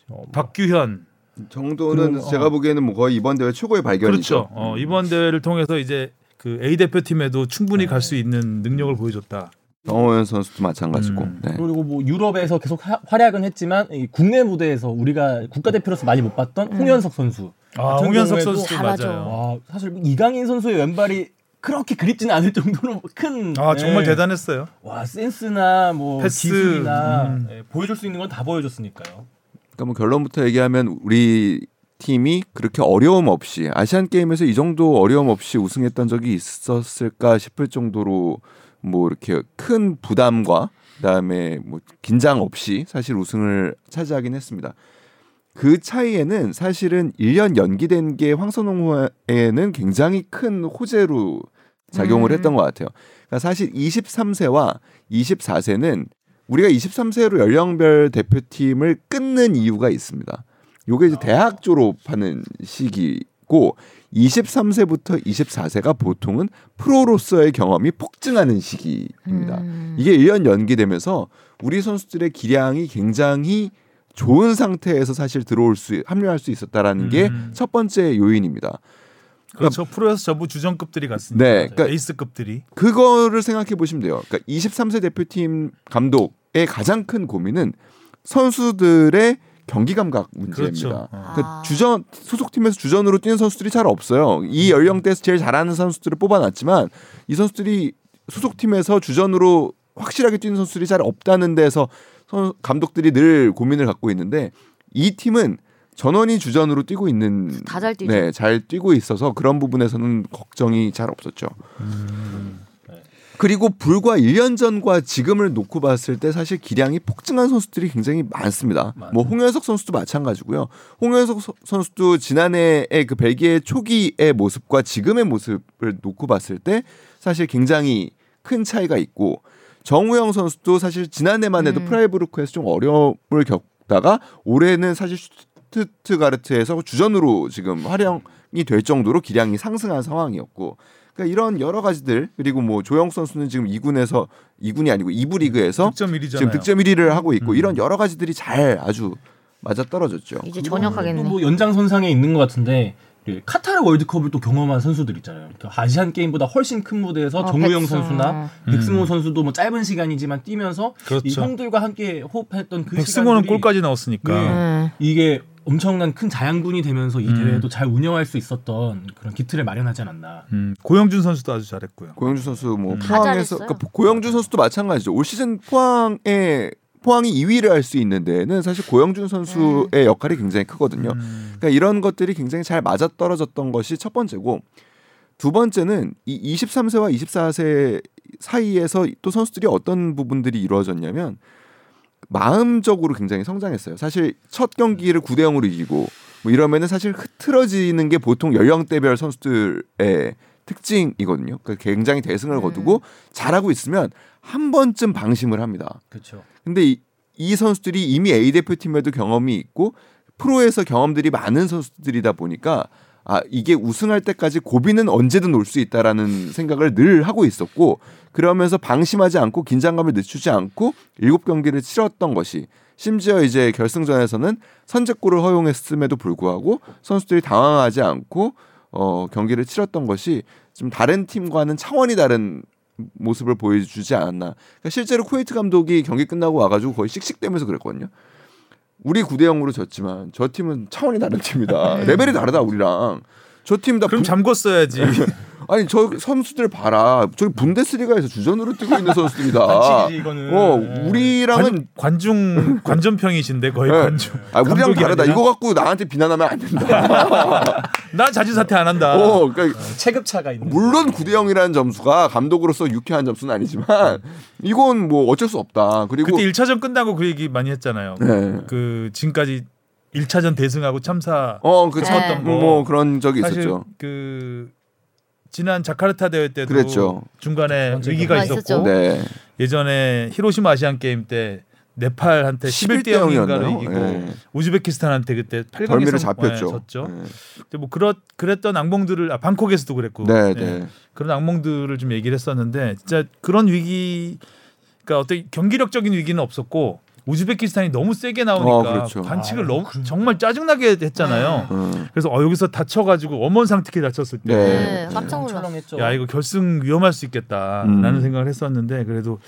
C: 뭐.
B: 박규현.
D: 정도는
C: 그럼, 어.
D: 제가 보기에는 뭐 거의 이번 대회 최고의 발견이죠. 음.
B: 그렇죠. 어, 이번 대회를 통해서 이제 그 A 대표팀에도 충분히 갈 수 있는 능력을 보여줬다.
D: 정호연 선수도 마찬가지고.
B: 음.
D: 네.
C: 그리고 뭐 유럽에서 계속 하- 활약은 했지만 이 국내 무대에서 우리가 국가대표로서 많이 못 봤던 홍현석 선수.
B: 아,
C: 같은
B: 홍현석
C: 경우에도
B: 선수
A: 잘하죠.
B: 맞아요.
C: 와, 사실 이강인 선수의 왼발이 그렇게 그립지는 않을 정도로 큰.
B: 아 정말
C: 예.
B: 대단했어요.
C: 와 센스나 뭐
B: 패스,
C: 기술이나
B: 음.
C: 예, 보여줄 수 있는 건 다 보여줬으니까요.
D: 그러니까 뭐 결론부터 얘기하면 우리 팀이 그렇게 어려움 없이 아시안 게임에서 이 정도 어려움 없이 우승했던 적이 있었을까 싶을 정도로 뭐 이렇게 큰 부담과 그다음에 뭐 긴장 없이 사실 우승을 차지하긴 했습니다. 그 차이에는 사실은 1년 연기된 게 황선홍에는 굉장히 큰 호재로 작용을
A: 음.
D: 했던 것 같아요. 그러니까 사실 23세와 24세는 우리가 23세로 연령별 대표팀을 끊는 이유가 있습니다. 요게
A: 아.
D: 이제 대학 졸업하는 시기고 23세부터 24세가 보통은 프로로서의 경험이 폭증하는 시기입니다.
A: 음.
D: 이게 1년 연기되면서 우리 선수들의 기량이 굉장히 좋은 상태에서 사실 들어올 수 합류할 수 있었다라는 게
B: 음.
D: 첫 번째 요인입니다.
B: 그렇죠. 프로에서 전부 주전급들이 갔으니까
D: 그러니까 네, 그러니까-
B: 에이스급들이.
D: 그거를 생각해 보시면 돼요. 그러니까 23세 대표팀 감독의 가장 큰 고민은 선수들의 경기 감각 문제입니다.
B: 그렇죠. 어.
D: 그러니까
A: 아.
D: 주전 소속팀에서 주전으로 뛰는 선수들이 잘 없어요. 이
B: 음.
D: 연령대에서 제일 잘하는 선수들을 뽑아놨지만 이 선수들이 소속팀에서 주전으로 확실하게 뛰는 선수들이 잘 없다는 데서 선- 감독들이 늘 고민을 갖고 있는데 이 팀은 전원이 주전으로 뛰고 있는
A: 다잘 뛰죠.
D: 네, 잘 뛰고 있어서 그런 부분에서는 걱정이 잘 없었죠. 그리고 불과 1년 전과 지금을 놓고 봤을 때 사실 기량이 폭증한 선수들이 굉장히 많습니다. 뭐 홍현석 선수도 마찬가지고요. 홍현석 서- 선수도 지난해의 그 벨기에 초기의 모습과 지금의 모습을 놓고 봤을 때 사실 굉장히 큰 차이가 있고 정우영 선수도 사실 지난해만 해도
A: 음.
D: 프라이브루크에서 좀 어려움을 겪다가 올해는 사실 슈트트가르트에서 주전으로 지금 활용이 될 정도로 기량이 상승한 상황이었고 그러니까 이런 여러 가지들 그리고 뭐 조영 선수는 지금 2군에서 2군이 아니고 2부 리그에서
B: 음, 득점 1위잖아요. 음.
D: 지금 득점 1위를 하고 있고 이런 여러 가지들이 잘 아주 맞아 떨어졌죠.
B: 음.
A: 이제
C: 그거는 또
A: 전역하겠네.
C: 뭐 연장선상에 있는 것 같은데 그 카타르 월드컵을 또 경험한 선수들 있잖아요. 그 아시안 게임보다 훨씬 큰 무대에서
A: 어,
C: 정우영
A: 백승호.
C: 선수나
B: 음.
C: 백승호 선수도 뭐 짧은 시간이지만 뛰면서 이
B: 그렇죠.
C: 형들과 함께 호흡했던 그
B: 백승호는
C: 시간들이
B: 골까지
D: 네.
B: 넣었으니까.
A: 음.
C: 이게 엄청난 큰 자양분이 되면서 이
B: 음.
C: 대회도 잘 운영할 수 있었던 그런 기틀을 마련하지 않았나.
B: 음, 고영준 선수도 아주 잘했고요.
D: 고영주 선수 뭐
B: 음.
A: 다
D: 포항에서
A: 잘했어요.
D: 그러니까 고영준 선수도 마찬가지죠. 올 시즌 포항에 포항이 2위를 할 수 있는 데는 사실 고영준 선수의
A: 네.
D: 역할이 굉장히 크거든요.
B: 음.
D: 그러니까 이런 것들이 굉장히 잘 맞아 떨어졌던 것이 첫 번째고 두 번째는 이 23세와 24세 사이에서 또 선수들이 어떤 부분들이 이루어졌냐면 마음적으로 굉장히 성장했어요. 사실 첫 경기를 9대 0으로 이기고 뭐 이러면은 사실 흐트러지는 게 보통 연령대별 선수들의 특징이거든요. 그러니까 굉장히 대승을 거두고 잘하고 있으면 한 번쯤 방심을 합니다.
C: 그렇죠.
D: 근데 이, 이 선수들이 이미 A 대표팀에도 경험이 있고 프로에서 경험들이 많은 선수들이다 보니까 아 이게 우승할 때까지 고비는 언제든 올 수 있다라는 생각을 늘 하고 있었고 그러면서 방심하지 않고 긴장감을 늦추지 않고 일곱 경기를 치렀던 것이 심지어 이제 결승전에서는 선제골을 허용했음에도 불구하고 선수들이 당황하지 않고 어 경기를 치렀던 것이 좀 다른 팀과는 차원이 다른 모습을 보여주지 않았나. 그러니까 실제로 쿠웨이트 감독이 경기 끝나고 와가지고 거의 씩씩대면서 그랬거든요. 우리 9대 0으로 졌지만 저 팀은 차원이 다른 팀이다. 레벨이 다르다 우리랑. 저 팀다
B: 네. 그럼 잠궜어야지.
D: 아니 저 선수들 봐라. 저기 분데스리가에서 주전으로 뛰고 있는 선수들이다.
C: 반칙이지, 이거는.
D: 어,
C: 네.
D: 우리랑은
B: 관, 관중 관전평이신데 거의
D: 네.
B: 관중.
D: 아, 우리랑
B: 감독이
D: 다르다.
B: 아니라?
D: 이거 갖고 나한테 비난하면 안 된다.
B: 나 자주 사퇴 안 한다.
D: 어, 그러니까
C: 체급차가 있는.
D: 물론 9대 0이라는 점수가 감독으로서 유쾌한 점수는 아니지만 이건 뭐 어쩔 수 없다. 그리고
B: 음. 그때 1차전 끝나고 그 얘기 많이 했잖아요.
D: 네.
B: 그 지금까지 1차전 대승하고 참사
D: 어, 그
A: 쳤던
D: 뭐,
B: 거.
D: 뭐 그런 적이
B: 사실
D: 있었죠.
B: 그 지난 자카르타 대회 때도
D: 그랬죠.
B: 중간에
C: 그렇죠.
B: 위기가
A: 아,
B: 있었고
A: 있었죠.
D: 네.
B: 예전에 히로시마 아시안 게임 때 네팔한테 11대 0인가로 이기고
D: 예.
B: 우즈베키스탄한테 그때 8강에서 예,
D: 덜미를 잡혔죠.
B: 네,
D: 예. 네.
B: 졌죠. 근데 뭐 그렇 그랬던 악몽들을 아 방콕에서도 그랬고
D: 네, 네.
B: 예. 그런 악몽들을 좀 얘기를 했었는데 진짜 그런 위기 그러니까 어떤 경기력적인 위기는 없었고 우즈베키스탄이 너무 세게 나오니까
D: 어, 그렇죠.
B: 반칙을 너무 정말 짜증나게 했잖아요.
D: 음.
B: 그래서 어 여기서 다쳐가지고 원본 상태에 다쳤을 때
D: 네.
A: 네, 깜짝 놀랐어.
C: 철렁했죠.
B: 야 이거 결승 위험할 수 있겠다라는
D: 음.
B: 생각을 했었는데 그래도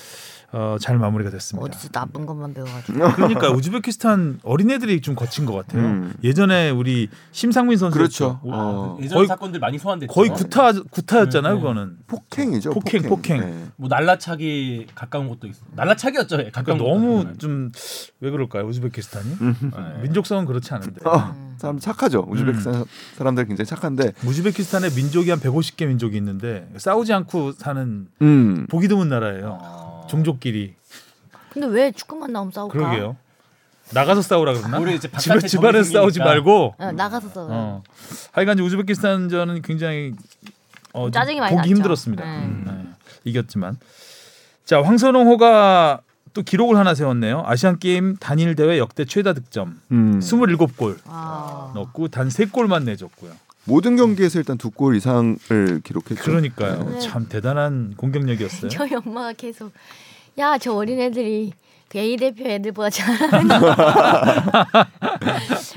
B: 어, 잘 마무리가 됐습니다.
A: 어디서 나쁜 것만 배워가지고.
B: 그러니까 우즈베키스탄 어린애들이 좀 거친 것 같아요.
D: 음.
B: 예전에 우리 심상민 선수 있죠.
D: 그렇죠. 어.
C: 예전
B: 거의-
C: 사건들 많이 소환됐죠.
B: 거의 구타 구타였잖아요.
C: 네, 네.
B: 그거는
D: 폭행이죠.
B: 폭행, 폭행.
D: 네.
C: 뭐 날라차기 가까운 것도 있어. 날라차기였죠. 예, 가까운
B: 그러니까
C: 것도
B: 너무
C: 있어요.
B: 좀 왜 그럴까요? 우즈베키스탄이
D: 음.
C: 예.
B: 민족성은 그렇지 않은데
D: 아, 사람 착하죠. 우즈베키스탄 사람들 굉장히 착한데.
B: 우즈베키스탄에 민족이 한 150개 민족이 있는데 싸우지 않고 사는
D: 음.
B: 보기 드문 나라예요.
C: 아.
B: 종족끼리
A: 근데 왜 축구만 나오면 싸울까?
B: 그러게요. 나가서 싸우라 그러나?
C: 아, 우리 이제
B: 집에
C: 바깥에
B: 집안에
C: 정이
B: 싸우지
C: 생기니까.
B: 말고.
A: 네, 나가서 싸워.
B: 어. 하여간 이제 우즈베키스탄전은 굉장히 어, 좀
A: 짜증이 많이
B: 보기
A: 났죠.
B: 힘들었습니다.
A: 네.
B: 음, 네. 이겼지만 자 황선홍호가 또 기록을 하나 세웠네요. 아시안 게임 단일 대회 역대 최다 득점
D: 음.
B: 27골
A: 아.
B: 넣었고 단 3골만 내줬고요.
D: 모든 경기에서 일단 두 골 이상을 기록했죠.
B: 그러니까요.
A: 네. 그렇죠.
B: 참 대단한 공격력이었어요.
A: 저희 엄마가 계속 야 저 어린 애들이 그 A 대표 애들보다 잘하는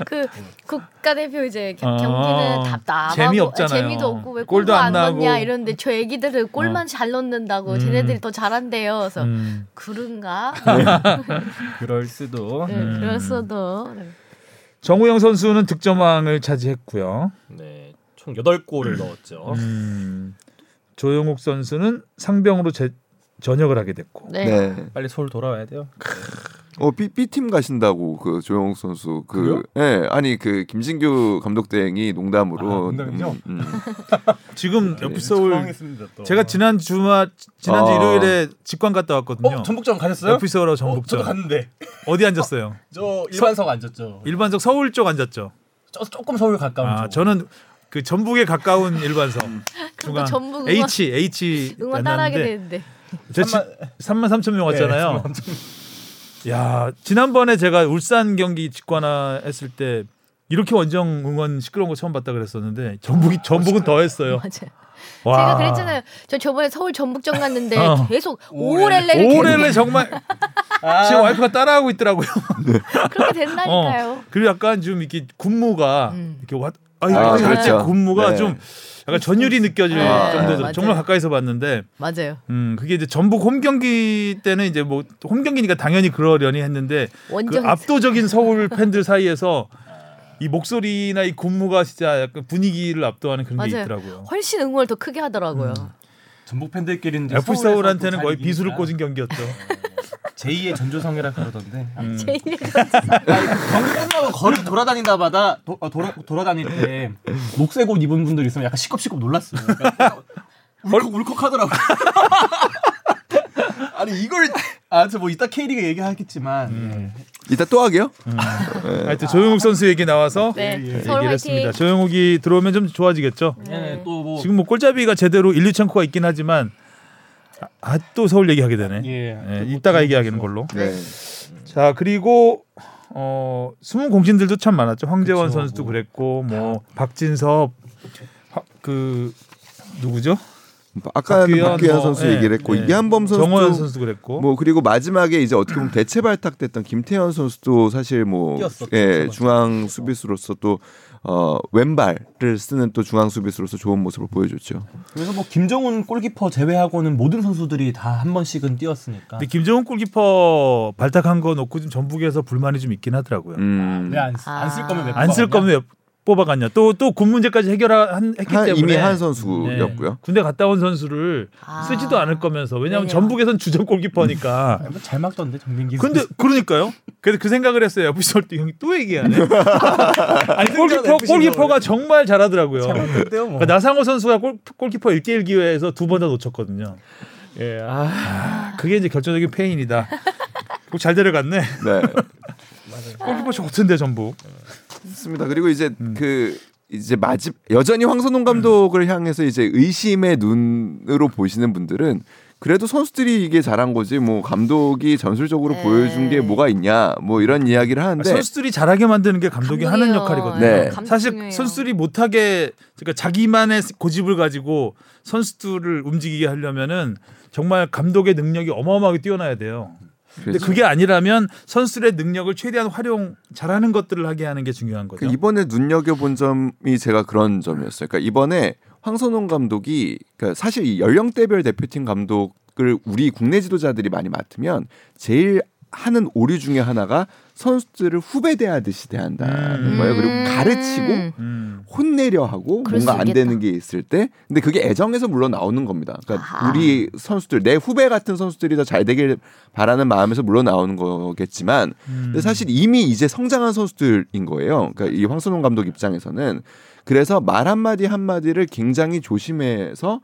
A: 그 국가대표 이제 겨-
B: 아,
A: 경기는 답답하고
B: 재미없잖아요.
A: 재미도 없고 왜
B: 골도
A: 골도
B: 안
A: 안 넣냐
B: 나고.
A: 이러는데 저 애기들은 골만 잘 넣는다고
B: 음.
A: 쟤네들이 더 잘한대요. 그래서
B: 음,
A: 그런가?
C: 그럴 수도.
A: 네,
B: 음.
A: 그랬어도
B: 정우영 선수는 득점왕을 차지했고요.
F: 네, 총 8골을 넣었죠.
B: 음, 조영욱 선수는 상병으로 재- 전역을 하게 됐고
A: 네.
D: 네.
F: 빨리 서울 돌아와야 돼요.
D: 어, B, B팀 가신다고 그 조영욱 선수 그 예, 아니 그 김진규 감독 대행이 농담으로
F: 아, 농담이죠?
D: 음, 음.
B: 지금 옆 서울
F: 당황했습니다 또.
C: 어,
B: 제가 지난 주말 지난주
D: 아.
B: 일요일에 직관 갔다 왔거든요.
F: 어, 전북점 가셨어요?
B: 옆 서울하고
F: 어,
B: 전북점
F: 저도 갔는데
B: 어디 앉았어요?
F: 저 일반석 앉았죠.
B: 일반석 서울 쪽 앉았죠.
F: 저 조금 서울 가까운
B: 아
F: 쪽.
B: 저는 그 전북에 가까운 일반석
F: 음.
A: 그럼 또 전북 응원,
B: H H
A: 응원 따라하게
B: 났는데
A: 되는데
B: 제 3만 3천 명 왔잖아요.
F: 네, 삼만 삼천-
B: 야 지난번에 제가 울산 경기 직관화 했을 때 이렇게 원정 응원 시끄러운 거 처음 봤다 그랬었는데 전북이 전북은 더했어요.
A: 맞아요.
B: 와.
A: 제가 그랬잖아요. 네, 저 저번에 서울 전북전 갔는데
B: 어.
A: 계속
F: 오렐레.
A: 오렐레를 계속
D: 네,
B: 올해는 네, 정말
D: 아.
B: 제 와이프가 따라하고 있더라고요.
D: 네.
B: 어,
A: 그렇게 된다니까요.
B: 그리고 약간 좀 이렇게 군무가
A: 음.
B: 이렇게 와 아이
D: 아,
B: 아, 할
D: 그렇죠.
B: 때 군무가
D: 네.
B: 좀 약간 전율이 느껴질
A: 아,
B: 정도로
A: 맞아요.
B: 정말 가까이서 봤는데
A: 맞아요.
B: 음 그게 이제 전북 홈 경기 때는 이제 뭐 홈 경기니까 당연히 그러려니 했는데 그
A: 원정
B: 압도적인 서울 팬들 사이에서 이 목소리나 이 군무가 진짜 약간 분위기를 압도하는 그런 게
A: 맞아요.
B: 있더라고요. 음.
A: 훨씬 응원을 더 크게 하더라고요.
C: 전북 팬들끼리는 이제
B: FC
C: 서울에서
B: 서울한테는
C: 또
B: 거의
C: 잘
B: 비수를
C: 이기니까
B: 꽂은 경기였죠.
C: 제2의 전조성이라 그러던데.
B: 음.
A: 제일
C: 경기 끝나고 거리 돌아다니다 마다 도, 어, 돌아, 돌아다닐 때 녹색 옷 입은 분들 있으면 약간 시겁시겁 놀랐어요. 그러니까 울컥 울컥하더라고. 아니 이걸 아저뭐 이따 K리그 얘기하겠지만
B: 음.
C: 예.
D: 이따 또 하게요?
B: 하여튼 조용욱 선수 얘기 나와서 예,
A: 네. 서울
B: 얘기를 했습니다.
A: 화이팅. 네.
B: 조용욱이 들어오면 좀 좋아지겠죠.
C: 예, 또뭐
B: 지금 뭐 골잡이가 제대로 1, 2 창고가 있긴 하지만 아 또 서울 얘기하게 되네.
C: 예,
B: 예, 이따가 얘기하기는 걸로.
D: 네.
B: 자 그리고 어 숨은 공신들도 참 많았죠. 황재원
C: 그쵸,
B: 선수도
C: 뭐.
B: 그랬고 뭐 박진섭 화- 그 누구죠?
D: 아까
B: 박규현,
D: 박규현,
B: 뭐,
D: 선수
B: 예,
D: 얘기를 했고
B: 예.
D: 이한범
B: 정호연
D: 선수도
B: 선수도 그랬고
D: 뭐 그리고 마지막에 이제 어떻게 보면 대체 발탁됐던 김태현 선수도 사실 뭐
C: 뛰었었죠,
D: 예,
C: 뛰었었죠.
D: 중앙 수비수로서 또 어, 왼발을 쓰는 또 중앙 수비수로서 좋은 모습을 보여줬죠.
C: 그래서 뭐 김정훈 골키퍼 제외하고는 모든 선수들이 다 한 번씩은 뛰었으니까
B: 근데 김정은 골키퍼 발탁한 거 놓고 좀 전북에서 불만이 좀 있긴 하더라고요.
D: 음.
B: 네,
C: 네,
B: 아,
C: 왜안안 쓸 거면 왜
B: 안 쓸
C: 뽑아왔냐?
B: 거면 왜 뽑아갔냐? 또 또 군 문제까지 해결한 했기
D: 한,
B: 때문에
D: 이미 한
B: 네.
D: 선수였고요.
B: 군대 갔다 온 선수를
A: 아.
B: 쓰지도 않을 거면서
A: 왜냐면-
B: 왜냐하면 전북에선 주전 골키퍼니까.
C: 아, 잘 막던데 정민기
B: 근데 그러니까요. 그래서 그 생각을 했어요. FC 서울 때 형이 또 얘기하네. 아니 골키퍼
F: FC 서울.
B: 골키퍼가 정말 잘하더라고요.
C: 그때요 뭐
B: 그러니까 나상호 선수가 골, 골키퍼 1대1 기회에서 두 번 다 놓쳤거든요.
F: 예, 아,
B: 그게 이제 결정적인 페인이다. 그거 잘 데려갔네.
D: 네.
B: 골키퍼 좋던데 전북. 음.
D: 맞습니다. 그리고 이제 그 이제 마지 여전히 황선홍 감독을 향해서 이제 의심의 눈으로 보시는 분들은 그래도 선수들이 이게 잘한 거지 뭐 감독이 전술적으로
A: 네.
D: 보여준 게 뭐가 있냐 뭐 이런 이야기를 하는데
B: 아, 선수들이 잘하게 만드는 게 감독이 하는
A: 감독이에요.
B: 역할이거든요.
D: 네.
A: 감독 중요해요.
B: 사실 선수들이 못하게 그러니까 자기만의 고집을 가지고 선수들을 움직이게 하려면은 정말 감독의 능력이 어마어마하게 뛰어나야 돼요. 근데
D: 그래서
B: 그게 아니라면 선수들의 능력을 최대한 활용 잘하는 것들을 하게 하는 게 중요한
D: 그
B: 거죠.
D: 이번에 눈여겨 본 점이 제가 그런 점이었어요. 그러니까 이번에 황선홍 감독이 그러니까 사실 이 연령대별 대표팀 감독을 우리 국내 지도자들이 많이 맡으면 제일 하는 오류 중에 하나가 선수들을 후배 대하듯이 대한다는
B: 음.
D: 거예요. 그리고
A: 음.
D: 가르치고
B: 음.
D: 혼내려 하고
A: 그럴
D: 뭔가
A: 수
D: 안
A: 있겠다.
D: 되는 게 있을 때 근데 그게 애정에서 물론 나오는 겁니다. 그러니까
A: 음. 아하.
D: 우리 선수들 내 후배 같은 선수들이 더 잘 되길 바라는 마음에서 물론 나오는 거겠지만
A: 음.
D: 근데 사실 이미 이제 성장한 선수들인 거예요. 그러니까 이 황선홍 감독 입장에서는 그래서 말 한마디 한마디를 굉장히 조심해서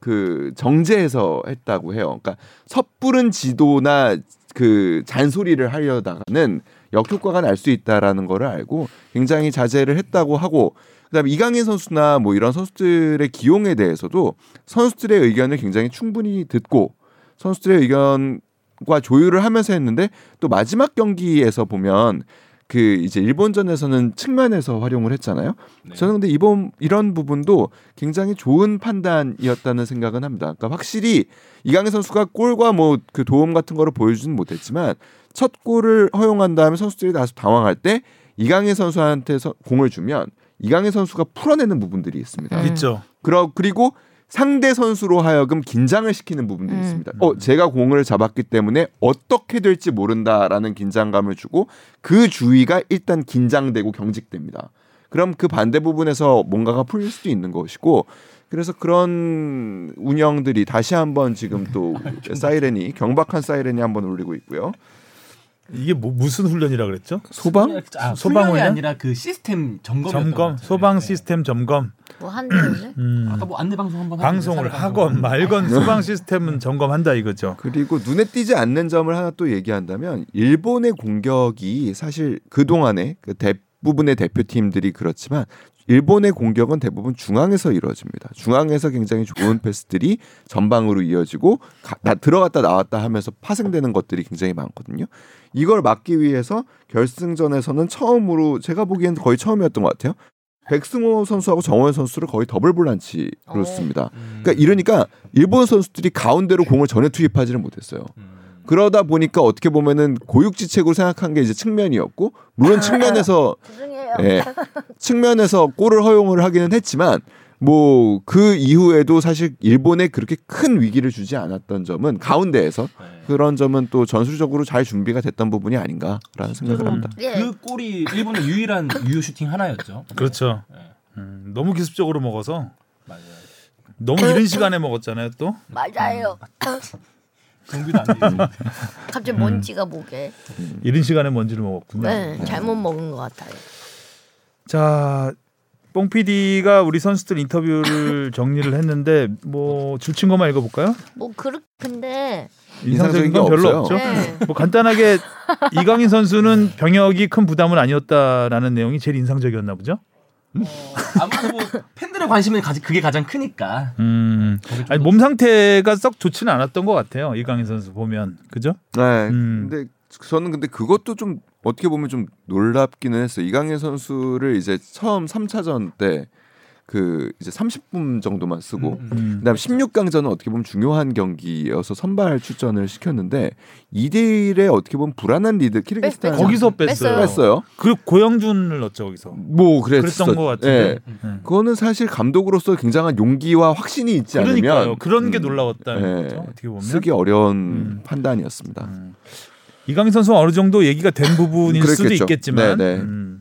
D: 그 정제해서 했다고 해요. 그러니까 섣부른 지도나 그 잔소리를 하려다가는 역효과가 날 수 있다라는 거를 알고 굉장히 자제를 했다고 하고 그다음에 이강인 선수나 뭐 이런 선수들의 기용에 대해서도 선수들의 의견을 굉장히 충분히 듣고 선수들의 의견과 조율을 하면서 했는데 또 마지막 경기에서 보면 그 이제 일본전에서는 측면에서 활용을 했잖아요. 저는 근데 이번 이런 부분도 굉장히 좋은 판단이었다는 생각은 합니다. 그러니까 확실히 이강인 선수가 골과 뭐 그 도움 같은 거를 보여주진 못했지만 첫 골을 허용한 다음에 선수들이 다소 당황할 때 이강인 선수한테 서- 공을 주면 이강인 선수가 풀어내는 부분들이 있습니다.
A: 음.
B: 있죠.
D: 그러 그리고 상대 선수로 하여금 긴장을 시키는 부분들이
A: 음.
D: 있습니다. 어, 제가 공을 잡았기 때문에 어떻게 될지 모른다라는 긴장감을 주고 그 주위가 일단 긴장되고 경직됩니다. 그럼 그 반대 부분에서 뭔가가 풀릴 수도 있는 것이고 그래서 그런 운영들이 다시 한번 지금 또 사이렌이 경박한 사이렌이 한번 울리고 있고요.
B: 이게 뭐, 무슨 훈련이라 그랬죠?
D: 소방
B: 소방
C: 아, 소방이
B: 훈련?
C: 아니라 그 시스템 점검
B: 점검,
D: 네.
B: 소방 시스템 점검.
A: 뭐 하는데?
B: 음.
C: 네. 아까 뭐 안내 방송 한번
B: 방송을 하건
D: 네.
B: 말건 소방 시스템은 점검한다 이거죠.
D: 그리고 눈에 띄지 않는 점을 하나 또 얘기한다면 일본의 공격이 사실 그동안에 그 대부분의 대표팀들이 그렇지만 일본의 공격은 대부분 중앙에서 이루어집니다. 중앙에서 굉장히 좋은 패스들이 전방으로 이어지고 가- 나- 들어갔다 나왔다 하면서 파생되는 것들이 굉장히 많거든요. 이걸 막기 위해서 결승전에서는 처음으로 제가 보기엔 거의 처음이었던 것 같아요. 백승호 선수하고 정원 선수를 거의 더블
A: 어.
D: 볼란치로 씁니다. 그러니까 이러니까 일본 선수들이 가운데로 공을 전혀 투입하지를 못했어요. 그러다 보니까 어떻게 보면은 고육지책으로 생각한 게 이제 측면이었고 물론 측면에서
A: 죄송해요.
D: 예, 측면에서 골을 허용을 하기는 했지만 뭐 그 이후에도 사실 일본에 그렇게 큰 위기를 주지 않았던 점은 가운데에서 그런 점은 또 전술적으로 잘 준비가 됐던 부분이 아닌가라는 생각을 합니다.
A: 예.
C: 그 골이 일본의 유일한 유효 슈팅 하나였죠.
B: 그렇죠.
C: 네.
B: 음, 너무 기습적으로 먹어서
C: 맞아요.
B: 너무 이른 시간에 먹었잖아요 또.
A: 맞아요.
C: 정비도 안 되고.
A: 갑자기
B: 음.
A: 먼지가 목에.
B: 이른 시간에 먼지를 먹었군요.
A: 네, 잘못 먹은 것 같아요.
B: 자, 뽕 PD가 우리 선수들 인터뷰를 정리를 했는데 뭐 줄친 것만 읽어볼까요?
A: 뭐 그렇 근데
B: 인상적인
D: 인상적인
B: 건
D: 게
B: 별로 없죠.
D: 없어요.
A: 네.
B: 뭐 간단하게 이강인 선수는 병역이 큰 부담은 아니었다라는 내용이 제일 인상적이었나 보죠.
C: 아무튼 뭐 팬들의 관심은 가지 그게 가장 크니까.
B: 음, 아니 몸 상태가 썩 좋지는 않았던 것 같아요. 이강인 선수 보면 그죠?
D: 네.
B: 음.
D: 근데 저는 근데 그것도 좀 어떻게 보면 좀 놀랍기는 했어요. 이강인 선수를 이제 처음 3차전 때 그 이제 30분 정도만 쓰고
B: 음.
D: 그다음 16강전은 어떻게 보면 중요한 경기여서 선발 출전을 시켰는데 2대 1에 어떻게 보면 불안한 리드 키르기스탄
B: 네, 거기서 뺐어요.
A: 뺐어요.
D: 네. 뺐어요.
B: 그리고 고영준을 넣었죠 거기서.
D: 뭐 그랬었,
B: 그랬던 것 같은데. 음.
D: 네. 그거는 사실 감독으로서 굉장한 용기와 확신이 있지
B: 그러니까요.
D: 않으면
B: 그런 게
D: 음,
B: 놀라웠다는
D: 예.
B: 거죠. 어떻게 보면
D: 쓰기 어려운
B: 음.
D: 판단이었습니다.
B: 이강인 선수 어느 정도 얘기가 된 부분일 수도
D: 아, 그랬겠죠.
B: 있겠지만.
D: 네, 네.
B: 음.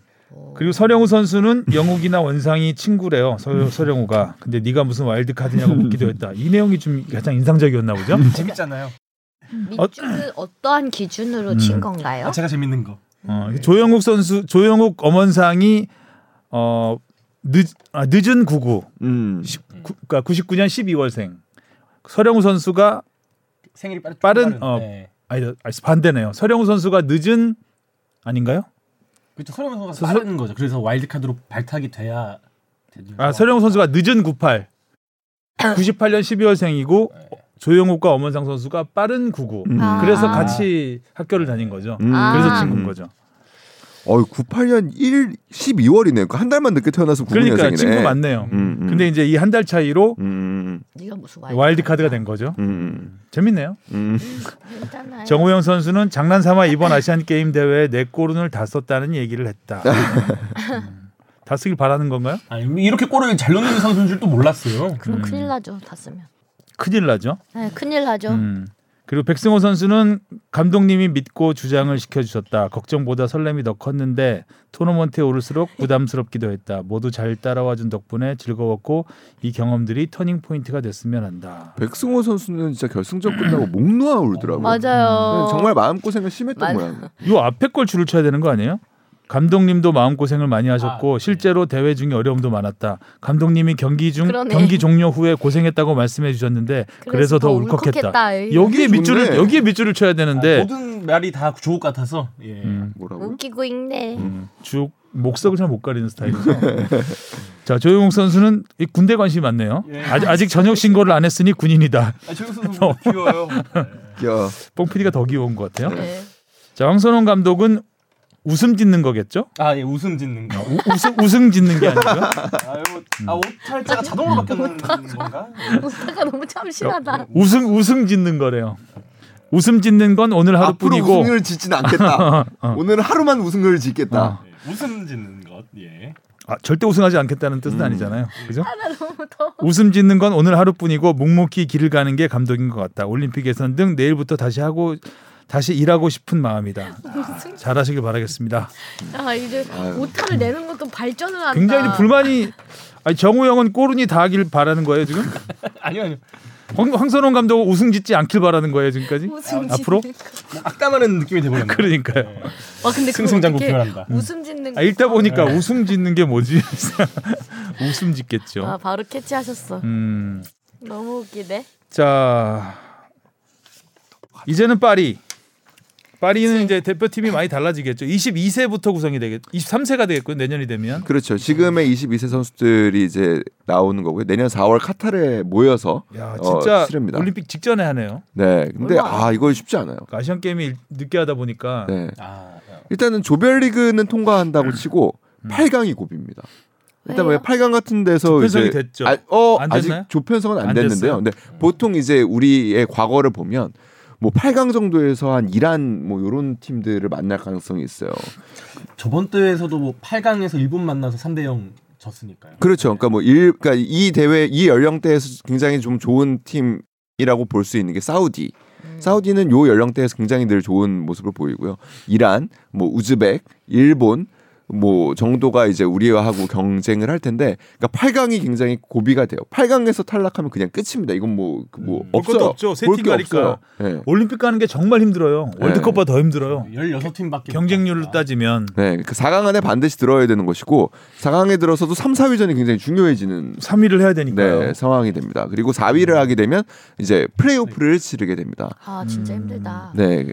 B: 그리고 서령우 선수는 영욱이나 원상이 친구래요. 서, 서령우가. 근데 네가 무슨 와일드 카드냐고 묻기도 했다. 이 내용이 좀 가장 인상적이었나 보죠.
C: 재밌잖아요.
B: 음.
A: 민주는 어... 떠한 기준으로 친 건가요?
C: 아, 제가 재밌는 거.
B: 어, 조영욱 선수 조영욱 엄원상이 어, 늦, 아, 늦은 99,
D: 음.
B: 구, 그러니까 99년 12월생. 서령우 선수가
C: 생일이 빠른
B: 빠른,
C: 빠른-
B: 어.
C: 네.
B: 아니, 아니, 반대네요. 서령우 선수가 늦은 아닌가요?
C: 그렇죠. 소령 선수가
B: 서-
C: 빠른 거죠. 그래서 와일드카드로 발탁이 돼야
B: 아 서령 선수가 늦은 98, 98년 12월생이고 조영욱과 엄원상 선수가 빠른 99.
D: 음.
E: 아.
B: 그래서 같이 학교를 다닌 거죠.
D: 음.
E: 아.
B: 그래서 친구인 거죠.
D: 어이 98년 1 12월이네. 그 한 달만 늦게 태어나서 9
B: 그러니까
D: 년생이네.
B: 친구 맞네요.
D: 음, 음.
B: 근데 이제 이 한 달 차이로
D: 음,
A: 네가 무슨
B: 와일드 카드가 된 거죠.
D: 음,
B: 재밌네요.
D: 음.
A: 괜찮아요.
B: 정우영 선수는 장난삼아 이번 아시안 게임 대회에 네 골운을 다 썼다는 얘기를 했다. 음. 다 쓰길 바라는 건가요?
C: 아니 이렇게 골을 잘 넣는 선수인 줄 또 몰랐어요.
B: 음.
A: 그럼 큰일 나죠. 다 쓰면.
B: 큰일 나죠.
A: 네, 큰일 나죠.
B: 음. 그리고 백승호 선수는 감독님이 믿고 주장을 시켜주셨다. 걱정보다 설렘이 더 컸는데 토너먼트에 오를수록 부담스럽기도 했다. 모두 잘 따라와준 덕분에 즐거웠고 이 경험들이 터닝 포인트가 됐으면 한다.
D: 백승호 선수는 진짜 결승전 끝나고 목 놓아 울더라고.
B: 음. 네,
A: 맞아요.
D: 정말 마음 고생을
A: 맞아.
D: 심했던 모양.
B: 요 앞에 걸 줄을 쳐야 되는 거 아니에요? 감독님도 마음 고생을 많이 하셨고 실제로 대회 중에 어려움도 많았다. 감독님이 경기 중
A: 그러네.
B: 경기 종료 후에 고생했다고 말씀해 주셨는데 그래서, 더 울컥했다. 여기에
D: 이게
B: 밑줄을
D: 좋네. 아,
B: 여기에 밑줄을 쳐야 되는데
C: 모든 말이 다 좋을 것 같아서. 예.
B: 네. 음.
D: 뭐라고?
A: 웃기고 있네.
B: 쭉 목석을 잘 못 가리는 스타일이죠. 자 조용욱 선수는 이 군대 관심이 많네요. 아직, 아직 전역 신고를 안 했으니 군인이다.
F: 아, 최우 선수 너무 귀여워요.
D: 야,
B: 뽕 PD가 더 귀여운 것 같아요.
A: 네.
B: 자 황선홍 감독은 웃음 짓는 거겠죠?
F: 아, 예, 웃음 짓는 거.
B: 우- 웃음 웃음 짓는 게 아닌가?
F: 아, 이거 아, 옷탈자가 자동으로 바뀌는 건가?
A: 웃다가 너무
B: 어,
A: 참신하다.
B: 웃음 웃음 짓는 거래요. 웃음 짓는 건 오늘
D: 앞으로
B: 하루뿐이고
D: 우승을 짓진 않겠다. 오늘 하루만 우승을 짓겠다.
B: 어.
F: 예, 웃음 짓는 것. 예.
B: 아, 절대 우승하지 않겠다는 뜻은 아니잖아요. 그죠?
A: 너무 더워.
B: 웃음 짓는 건 오늘 하루뿐이고 묵묵히 길을 가는 게 감독인 것 같다. 올림픽 예선 등 내일부터 다시 하고 다시 일하고 싶은 마음이다. 아, 잘하시길 바라겠습니다.
A: 아 이제
D: 아유.
A: 오타를 내는 것도 발전을 한다.
B: 굉장히 불만이 아니 정우 형은 꼬르니 다 하길 바라는 거예요 지금?
F: 아니요, 아니요.
B: 황, 황선홍 감독은 우승 짓지 않길 바라는 거예요 지금까지?
A: 웃음
B: 앞으로?
A: 짓는 거.
F: 뭐 악담하는 느낌이 돼버렸네.
B: 그러니까요.
A: 와 아, 근데 그거
F: 승승장구
A: 어떻게
F: 표현한다.
A: 웃음 짓는
B: 아,
A: 거.
B: 읽다 보니까 웃음 짓는 게 뭐지? 웃음 짓겠죠.
A: 아 바로 캐치하셨어.
B: 음.
A: 너무 웃기네.
B: 자 이제는 파리. 파리는 이제 대표팀이 많이 달라지겠죠. 22세부터 구성이 되겠. 23세가 되겠군 내년이 되면.
D: 그렇죠. 지금의 22세 선수들이 이제 나오는 거고요. 내년 4월 카타르에 모여서
B: 야
D: 어,
B: 진짜
D: 치릅니다.
B: 올림픽 직전에 하네요.
D: 네. 근데
A: 얼마나?
D: 아, 이거 쉽지 않아요.
B: 그러니까 아시안 게임이 일- 늦게 하다 보니까
D: 네.
C: 아,
D: 일단은 조별리그는 통과한다고
B: 음.
D: 치고 8강이 고비입니다. 일단 왜
A: 왜요?
D: 8강 같은 데서
B: 조편성이
D: 이제
B: 됐죠.
D: 아, 어,
B: 안
D: 아직
B: 됐나요?
D: 조편성은 안,
B: 안
D: 됐는데요.
B: 됐어요?
D: 근데 보통 이제 우리의 과거를 보면 뭐 8강 정도에서 한 이란 뭐 요런 팀들을 만날 가능성이 있어요.
C: 저번 대회에서도 뭐 8강에서 일본 만나서 3대 0 졌으니까요.
D: 그렇죠. 그러니까 뭐 일, 그러니까 이 대회 이 연령대에서 굉장히 좀 좋은 팀이라고 볼 수 있는 게 사우디.
B: 음.
D: 사우디는 요 연령대에서 굉장히 늘 좋은 모습을 보이고요. 이란, 뭐 우즈벡, 일본 뭐 정도가 이제 우리와 하고 경쟁을 할 텐데, 그러니까 8강이 굉장히 고비가 돼요. 8강에서 탈락하면 그냥 끝입니다. 이건 뭐뭐
B: 음. 볼 것도
D: 없어요.
B: 없죠. 세
D: 볼
B: 팀
D: 게
B: 가니까.
D: 없어요. 예.
B: 올림픽 가는 게 정말 힘들어요. 월드컵보다 더 힘들어요.
C: 아, 16팀밖에 아.
B: 경쟁률로 따지면
D: 네, 그 4강 안에 반드시 들어야 되는 것이고 4강에 들어서도 3, 4위전이 굉장히 중요해지는
B: 3위를 해야 되니까요.
D: 네, 상황이 됩니다. 그리고 4위를 하게 되면 이제 플레이오프를 치르게 됩니다.
A: 아
B: 음.
A: 진짜 힘들다.
D: 네.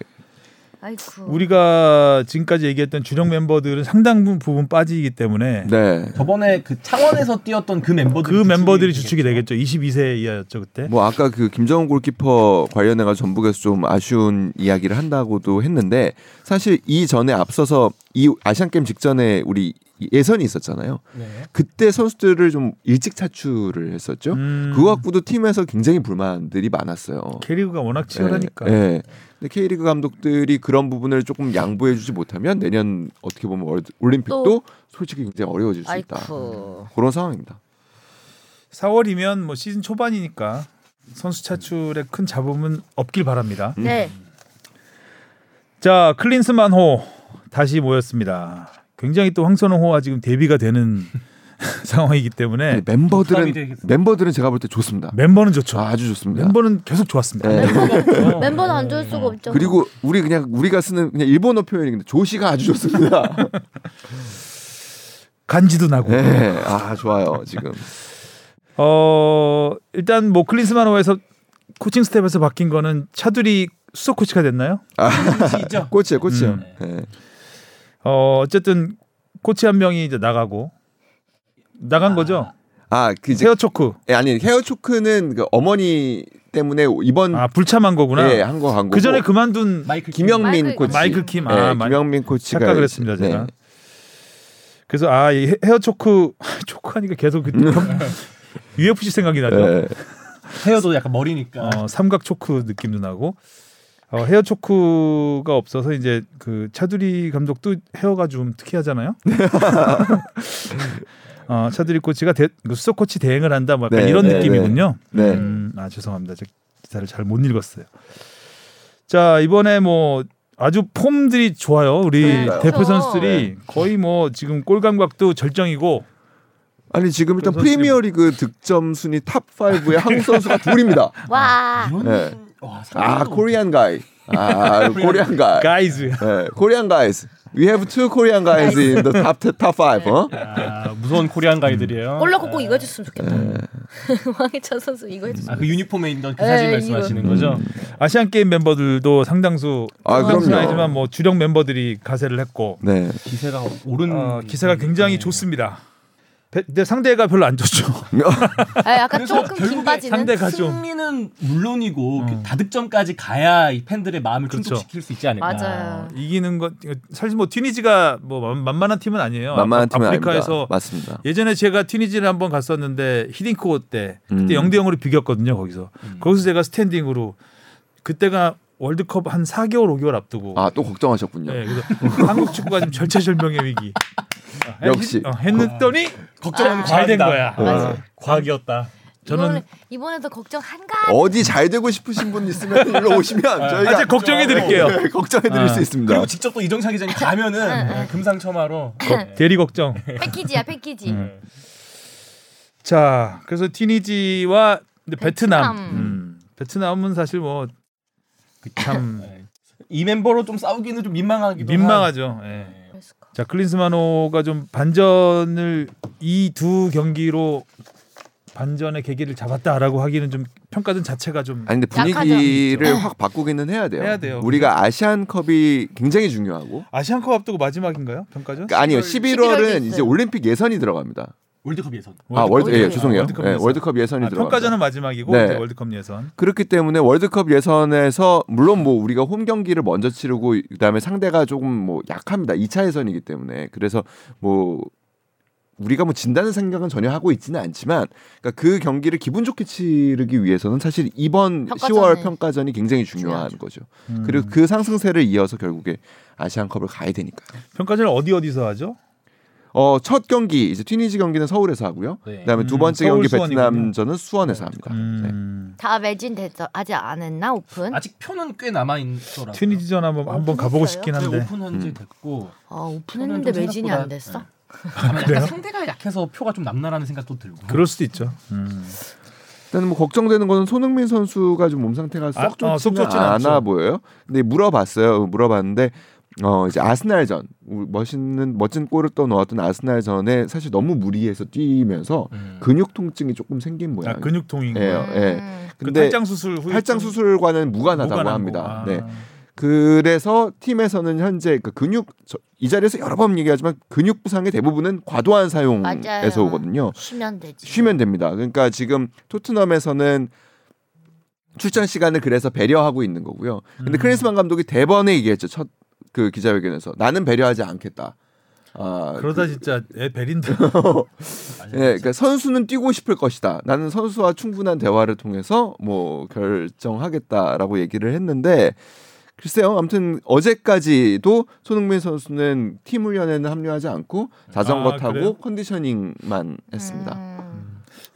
A: 아이쿠.
B: 우리가 지금까지 얘기했던 주력 멤버들은 상당 부분 빠지기 때문에
D: 네.
C: 저번에 그 창원에서 뛰었던 그 멤버들
B: 그 멤버들이 주축이 되겠죠. 22세 이하였죠 그때.
D: 뭐 아까 그 김정은 골키퍼 관련해 가지고 전북에서 좀 아쉬운 이야기를 한다고도 했는데 사실 이 전에 앞서서 이 아시안 게임 직전에 우리 예선이 있었잖아요.
F: 네.
D: 그때 선수들을 좀 일찍 차출을 했었죠.
B: 음.
D: 그거 갖고도 팀에서 굉장히 불만들이 많았어요.
B: 캐리그가 워낙 치열하니까.
D: 예, 예. 근데 K리그 감독들이 그런 부분을 조금 양보해 주지 못하면 내년 어떻게 보면 월- 올림픽도
A: 또.
D: 솔직히 굉장히 어려워질 수 있다.
A: 아이쿠.
D: 그런 상황입니다.
B: 4월이면 뭐 시즌 초반이니까 선수 차출에 큰 잡음은 음. 없길 바랍니다.
A: 네.
B: 자, 클린스만호 다시 모였습니다. 굉장히 또 황선홍호와 지금 대비가 되는 상황이기 때문에
D: 근데 멤버들은
C: 부담이 되겠어요.
D: 멤버들은 제가 볼 때 좋습니다.
B: 멤버는 좋죠.
D: 아, 아주 좋습니다.
B: 네. 멤버는 계속 좋았습니다.
D: 예.
A: 멤버는 안 좋을 수가 없죠.
D: 그리고 우리 그냥 우리가 쓰는 그냥 일본어 표현인데 조시가 아주 좋습니다.
B: 간지도 나고.
D: 네, 아 좋아요 지금.
B: 어, 일단 뭐 클린스만호에서 코칭 스텝에서 바뀐 거는 차두리 수석 코치가 됐나요?
C: 있죠.
D: 꽃이에요, 꽃이에요.
B: 음.
D: 네.
B: 어, 어쨌든 코치 한 명이 이제 나가고 나간 거죠?
D: 아, 그 이제
B: 헤어 초크.
D: 예, 아니 헤어 초크는 그 어머니 때문에 이번
B: 아 불참한 거구나.
D: 예, 한거 한 거고.
B: 그 전에 그만둔
C: 마이클
D: 김영민
A: 마이클-
D: 코치.
B: 마이클 킴.
D: 예,
B: 아, 마이-
D: 김영민 코치가
B: 착각을 했습니다
D: 네.
B: 제가. 그래서 아이 헤- 헤어 초크 초크하니까 계속 그 UFC 생각이 나죠.
D: 예.
C: 헤어도 약간 머리니까.
B: 어, 삼각 초크 느낌도 나고 어, 헤어 초크가 없어서 이제 그 차두리 감독도 헤어가 좀 특이하잖아요. 어, 차두리 코치가 대, 그 수석 코치 대행을 한다 뭐 약간
D: 네,
B: 이런
D: 네,
B: 느낌이군요.
D: 네.
B: 음, 아 죄송합니다. 제가 기사를 잘 못 읽었어요. 자 이번에 뭐 아주 폼들이 좋아요. 우리
A: 네,
B: 대표
A: 그렇죠.
B: 선수들이 거의 뭐 지금 골 감각도 절정이고
D: 아니 지금 일단
B: 그래서 지금-
D: 프리미어리그 득점 순위 탑 5에 한국 선수가 둘입니다.
B: 아,
A: 와.
C: 이런
D: 네.
C: 와, 상상도
D: 아,
C: 못-
D: 코리안 가이. 아, 코리안 가이.
B: 가이즈
D: 네, Korean guys. We have two Korean guys in the top top five. 어?
C: 아, 무서운 코리안 가이들이에요.
A: 골라 꼭 이거 해줬으면 좋겠다.
C: 네.
A: 황희찬 선수 이거 해줬으면. 네,
C: 아, 그 유니폼에 있던 그 사진
A: 에이,
C: 말씀하시는 거죠?
A: 음.
B: 아시안 게임 멤버들도 상당수
D: 아,
B: 상당수
D: 그럼요.
B: 아니지만 뭐 주력 멤버들이 가세를 했고
D: 네.
C: 기세가 오른
A: 음.
B: 어, 기세가 굉장히 좋습니다. 배- 근데 상대가 별로 안 좋죠.
A: 아,
C: 어,
A: 약간 조금 긴
C: 결국에
A: 바지는.
B: 상대가 좀
C: 승리는 물론이고 그 다득점까지 가야 이 팬들의 마음을
B: 그렇죠.
C: 충족시킬 수 있지 않을까.
A: 맞아요.
B: 이기는 것 사실 뭐 튀니지가 뭐 만- 만만한 팀은 아니에요.
D: 만만한 팀은
B: 아프리카에서
D: 아닙니다. 맞습니다.
B: 예전에 제가 튀니지를 한번 갔었는데 히딩크호 때
D: 음.
B: 그때 0대 0으로 비겼거든요 거기서 거기서 제가 스탠딩으로 그때가 월드컵 한 4개월 5개월 앞두고
D: 아, 또 걱정하셨군요.
B: 예, 그래서 한국 축구가 지금 절체절명의 위기 아, 했-
D: 역시.
B: 어, 했더니
A: 아.
C: 걱정은
B: 잘된
C: 과학이다. 어.
B: 거야.
D: 어,
A: 맞아.
C: 과학이었다.
B: 저는
A: 이번에 이번에도 걱정 한가.
D: 어디 잘 되고 싶으신 분 있으면 일로 오시면 저희가
B: 아직 걱정해 드릴게요.
D: 네, 걱정해드릴
B: 아.
D: 수 있습니다.
C: 그리고 직접 또 이정찬 기자님
A: 네.
C: 가면은 네, 금상첨화로
D: 네.
B: 대리 걱정.
A: 패키지야 패키지.
B: 자, 그래서 티니지와 근데 베트남.
A: 베트남.
B: 음, 베트남은 사실 뭐 참
C: 이 멤버로 좀 싸우기는 좀 민망하기도 네.
B: 민망하죠. 예. 자, 클린스만호가 좀 반전을 이 두 경기로 반전의 계기를 잡았다라고 하기는 좀 평가전 자체가 좀
D: 아니 근데 분위기를 확 바꾸기는 어. 해야 돼요.
B: 해야 돼요.
D: 우리가 아시안컵이 굉장히 중요하고
B: 아시안컵 앞두고 마지막인가요? 평가전?
D: 그러니까 아니요 11월은
A: 11월에
D: 이제 올림픽 예선이 들어갑니다.
C: 월드컵 예선.
D: 아 월드 예
A: 월드컵
D: 죄송해요.
B: 월드컵
D: 예,
B: 예선.
D: 월드컵 예선이
B: 아,
D: 들어갑니다.
B: 평가전은 마지막이고
D: 네.
B: 이제 월드컵 예선.
D: 그렇기 때문에 월드컵 예선에서 물론 뭐 우리가 홈 경기를 먼저 치르고 그다음에 상대가 조금 뭐 약합니다. 2차 예선이기 때문에. 그래서 뭐 우리가 뭐 진다는 생각은 전혀 하고 있지는 않지만 그러니까 그 경기를 기분 좋게 치르기 위해서는 사실 이번
A: 평가전에
D: 10월 평가전이 굉장히 중요한
A: 중요하죠.
D: 거죠.
B: 음.
D: 그리고 그 상승세를 이어서 결국에 아시안컵을 가야 되니까요.
B: 평가전을 어디 어디서 하죠?
D: 어, 첫 경기 이제 튀니지 경기는 서울에서 하고요.
C: 네.
D: 그다음에 두
B: 음,
D: 번째
B: 서울
D: 경기
B: 수원이군요.
D: 베트남전은 수원에서 합니다. 네.
B: 음.
A: 다 매진 됐죠. 아직 안 했나 오픈?
C: 아직 표는 꽤 남아
D: 네.
C: 있더라고요.
B: 튀니지전 한번 한번 가보고
A: 했어요?
B: 싶긴
C: 네,
B: 한데.
C: 오픈한 지 됐고
A: 아 오픈했는데
C: 저는 좀
A: 매진이
C: 생각보다-
A: 안 됐어?
C: 아마
B: 그래요?
C: 약간 상대가 약해서 표가 좀 남나라는 생각도 들고.
B: 그럴 수도 있죠. 음.
D: 일단 뭐 걱정되는 거는 손흥민 선수가 좀 몸 상태가
B: 아,
D: 썩
B: 어, 썩
D: 좋지는
B: 좋지는
D: 않아
B: 않죠.
D: 보여요. 근데 물어봤어요. 물어봤는데 어 이제 아스날전 우- 멋있는 멋진 골을 또 넣었던 아스날전에 사실 너무 무리해서 뛰면서
C: 음.
D: 근육 통증이 조금 생긴
B: 아,
D: 모양. 요
B: 근육통인 거.
D: 예, 예.
A: 음.
B: 그
D: 근데
B: 탈장 수술 후에
D: 팔짱 수술과는 무관하다고
B: 무관한
D: 합니다.
B: 거.
D: 네.
B: 아.
D: 그래서 팀에서는 현재 그 근육 저- 이 자리에서 여러 번 얘기하지만 근육 부상의 대부분은 과도한 사용에서
A: 맞아요.
D: 오거든요.
A: 쉬면 되지.
D: 쉬면 됩니다. 그러니까 지금 토트넘에서는 출전 시간을 그래서 배려하고 있는 거고요. 근데 크리스만 감독이 대번에 얘기했죠. 첫 그 기자회견에서 나는 배려하지 않겠다. 아,
B: 그러다 진짜 애 베린다.
C: 아,
B: 네.
D: 예, 그러니까 선수는 뛰고 싶을 것이다. 나는 선수와 충분한 대화를 통해서 뭐 결정하겠다라고 얘기를 했는데 글쎄요. 아무튼 어제까지도 손흥민 선수는 팀 훈련에는 합류하지 않고 자전거
B: 아,
D: 타고
B: 그래요?
D: 컨디셔닝만 했습니다.
A: 음.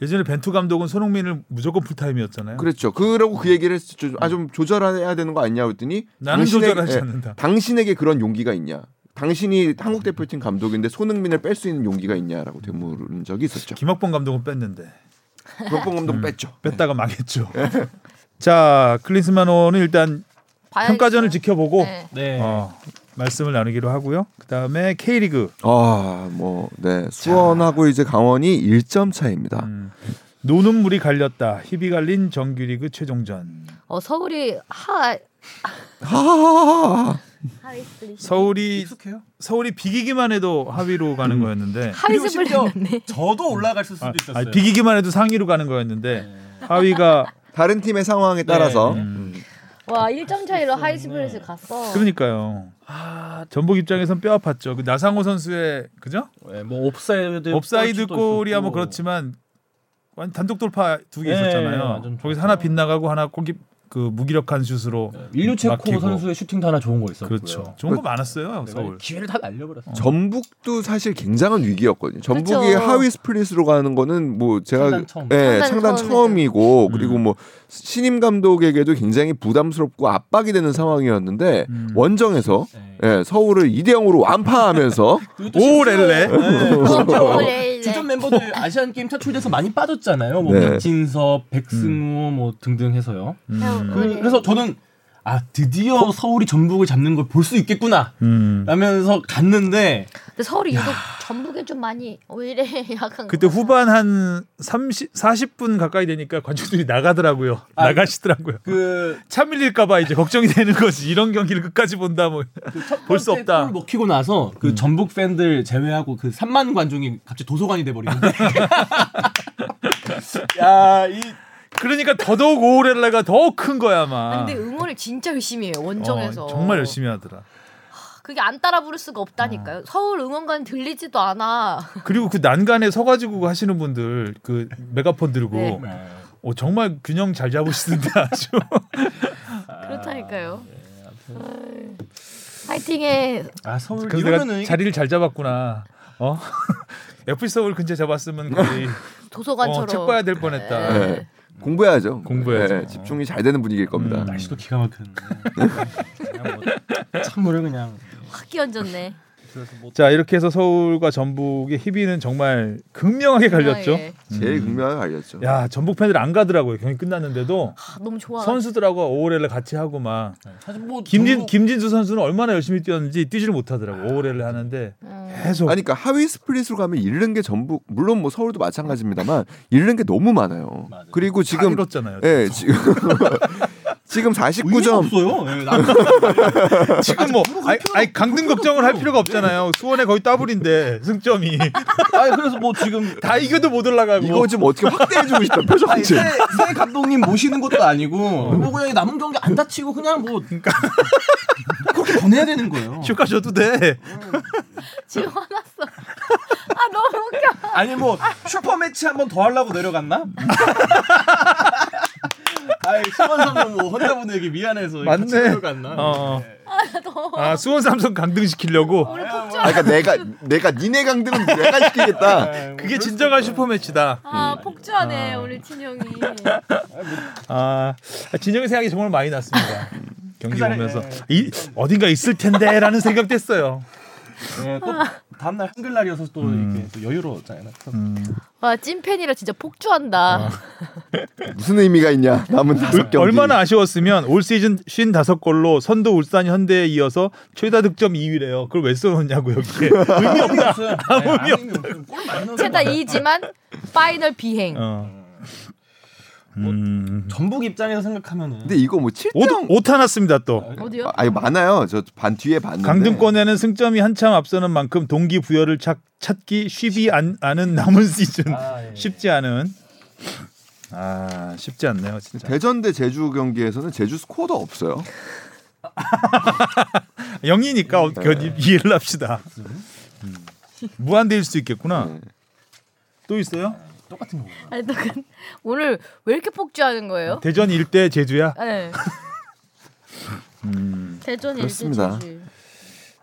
B: 예전에 벤투 감독은 손흥민을 무조건 풀타임이었잖아요.
D: 그랬죠. 그러고 그 얘기를 했죠 아 좀 조절해야 되는 거 아니냐 그랬더니
B: 나는
D: 당신에게-
B: 조절하지
D: 예,
B: 않는다.
D: 당신에게 그런 용기가 있냐? 당신이 한국 대표팀 감독인데 손흥민을 뺄 수 있는 용기가 있냐라고 되물은 적이 있었죠.
B: 김학봉 감독은 뺐는데
F: 네.
D: 김범
B: 음.
D: 감독 뺐죠.
B: 뺐다가 망했죠. 자, 클린스만호는 일단
A: 봐야겠어요.
B: 평가전을 지켜보고
A: 아, 네.
C: 네.
B: 어, 말씀을 나누기로 하고요. 그다음에 K리그
D: 아, 뭐, 네. 수원하고 이제 강원이 1점 차입니다.
B: 음, 노는 물이 갈렸다. 희비 갈린 정규리그 최종전.
A: 어 서울이 하
D: 하하하하.
A: 하위스플릿.
B: 서울이
F: 익숙해요.
B: 서울이 비기기만 해도 하위로 가는 거였는데
F: 그리고
A: 하위스플릿
F: 심지어
A: 났네.
F: 저도 올라갔을 음. 수도
B: 아,
F: 있었어요. 네.
B: 아니, 비기기만 해도 상위로 가는 거였는데 하위가
A: 어.
D: 다른 팀의 상황에 따라서
B: 네.
D: 음.
A: 와 1점 차이로 하위스플릿을 갔어.
B: 그러니까요.
F: 아.
B: 전북 입장에선 뼈 아팠죠. 그 나상호 선수의 그죠?
C: 예, 뭐 옵사이드
B: 옵사이드
C: 골도
B: 골이야 뭐
C: 있었고.
B: 그렇지만 완 단독 돌파 두 개
C: 네,
B: 있었잖아요.
C: 완전
B: 거기서
C: 좋죠.
B: 하나 빗나가고 하나 꼬기 그 무기력한 슛으로
C: 인류 체코
B: 막히고.
C: 선수의 슈팅도 하나 좋은 거 네, 있었고요. 네,
B: 그렇죠. 좋은 거 많았어요.
C: 내가
B: 서울.
C: 기회를 다 날려버렸어.
D: 전북도 사실 굉장한 위기였거든요. 전북이
A: 그쵸.
D: 하위 스플릿으로 가는 거는 뭐 제가
C: 상단 처음.
D: 예,
A: 상단
D: 상단
A: 처음이죠.
D: 처음이고 그리고 뭐 신임 감독에게도 굉장히 부담스럽고 압박이 되는 상황이었는데
B: 음.
D: 원정에서 예, 서울을 2대 0으로 완파하면서
B: 오렐레.
C: 네.
A: 어,
B: 어,
A: 원래
C: 주전 멤버들 아시안 게임 차출돼서 많이 빠졌잖아요. 뭐
D: 네.
C: 박진섭, 백승호 뭐 등등 해서요.
B: 음.
C: 그, 래서 저는 아 드디어 서울이 전북을 잡는 걸 볼 수 있겠구나
B: 음.
C: 라면서 갔는데
A: 근데 서울이 유독 전북에 좀 많이 오히려 약간
B: 그때
A: 그런
B: 후반 한 30, 40분 가까이 되니까 관중들이 나가더라고요.
C: 아,
B: 나가시더라고요.
C: 그
B: 차 밀릴까봐 이제 걱정이 되는 거지. 이런 경기를 끝까지 본다 뭐. 볼수 없다.
C: 그 골 먹히고 나서 그 전북 팬들 제외하고 그 3만 관중이 갑자기 도서관이 돼버리는데. 야, 이
B: 그러니까 더더욱 오렐레가 더 큰 거야
A: 아,
B: 아마.
A: 근데 응원을 진짜 열심히 해요 원정에서
B: 어, 정말 열심히 하더라.
A: 그게 안 따라 부를 수가 없다니까요 서울 응원관 들리지도 않아
B: 그리고 그 난간에 서가지고 하시는 분들 그 메가폰 들고
A: 네.
B: 어, 정말 균형 잘 잡으시던데 아주.
A: 그렇다니까요 파이팅해
C: 아, 서울
B: 그래서 내가
C: 이러면은
B: 자리를 잘 잡았구나. 어? FC 서울 근처 잡았으면 거의 어,
A: 도서관처럼
B: 책 봐야 될 뻔했다.
A: 음. 네.
D: 예, 공부해야죠.
B: 공부해야죠.
D: 예, 집중이 잘 되는 분위기일 겁니다.
B: 음.
C: 날씨도 기가 막혔는데. 그냥 뭐 찬물을 그냥
A: 확 끼얹었네
C: 그래서 뭐
B: 자 이렇게 해서 서울과 전북의 희비는 정말 극명하게 갈렸죠.
A: 아, 예.
D: 제일 극명하게 알렸죠.
B: 야 전북 팬들 안 가더라고요. 경기 끝났는데도
A: 아, 너무 좋아
B: 선수들하고 오월에를 같이 하고 막
C: 사실 뭐
B: 김진
A: 음.
C: 전북-
B: 김진수 선수는 얼마나 열심히 뛰었는지 뛰지를 못하더라고 오월에를 하는데
A: 음.
B: 계속
D: 아니, 그러니까 하위 스플릿으로 가면 잃는 게 전부 물론 뭐 서울도 마찬가지입니다만 잃는 게 너무 많아요.
C: 맞아요.
D: 그리고
B: 지금
D: 지금
B: 잃었잖아요.
D: 예, 지금 지금
C: 의미가
D: 49점
C: 없어요. 예, 나-
B: 지금 뭐 아니, 아니 강등 걱정을 할 필요가 없잖아요. 수원에 거의 따블인데 승점이
C: 아니 그래서 뭐 지금
B: 다 이겨도 못 올라가고
D: 이거 좀 어떻게 확대해 주고 싶다. 표정
C: 아니, 새,
D: 좀.
C: 새 감독님 모시는 것도 아니고 뭐 그냥 남은 경기 안 다치고 그냥 뭐 그렇게 보내야 되는 거예요.
B: 휴가 줘도 돼.
A: 지금 화났어 아 너무 웃겨
C: 아니 뭐 슈퍼 매치 한 번 더 하려고 내려갔나? 아이 수원 삼성 뭐 혼자분들에게 미안해서
B: 맞네.
C: 같이 내려갔나?
B: 어. 아 수원 삼성 강등 시키려고
D: 아, 그러니까 내가 내가 니네 강등은 내가 시키겠다.
B: 그게 진정한 슈퍼 매치다.
A: 아 폭주하네 우리 친형이
B: 아 진영의 생각이 정말 많이 났습니다. 경기 보면서 이, 네. 어딘가 있을 텐데라는 생각도 했어요.
C: 예, 또 다음날 한글날이어서 또 이렇게 또 여유로웠잖아요.
A: 와 찐팬이라 진짜 폭주한다
D: 무슨 의미가 있냐? 남은 다섯 경기.
B: 얼마나 아쉬웠으면 올 시즌 55골로 선두 울산 현대에 이어서 최다 득점 2위래요. 그걸 왜 써놓냐고 여기에. 의미 없다.
C: 없어요. 네, 아무 의미 없어요. 골 많이 넣어서
A: 최다 2지만 파이널 비행
B: 어. 음.
C: 전북 입장에서 생각하면은
D: 근데 이거 뭐
B: 옷,
D: 7점
B: 옷 하나 씁니다 또.
A: 어디요?
D: 아, 아니 많아요. 저 반 뒤에 봤는데.
B: 강등권에는 승점이 한참 앞서는 만큼 동기 부여를 찾, 찾기 쉽지 않, 않은 남은 시즌.
C: 아, 예.
B: 쉽지 않은. 아 쉽지 않네요 진짜.
D: 대전 대 제주 경기에서는 제주 스코어도 없어요. 네.
B: 영이니까 어, 그, 이해를 합시다. 음. 무한대일 수도 있겠구나.
D: 네.
B: 또 있어요?
C: 똑같은 거예요.
A: 아니 또 그- 오늘 왜 이렇게 폭주하는 거예요?
B: 대전 일대 제주야.
A: 네. 대전
D: 그렇습니다.
A: 일제지.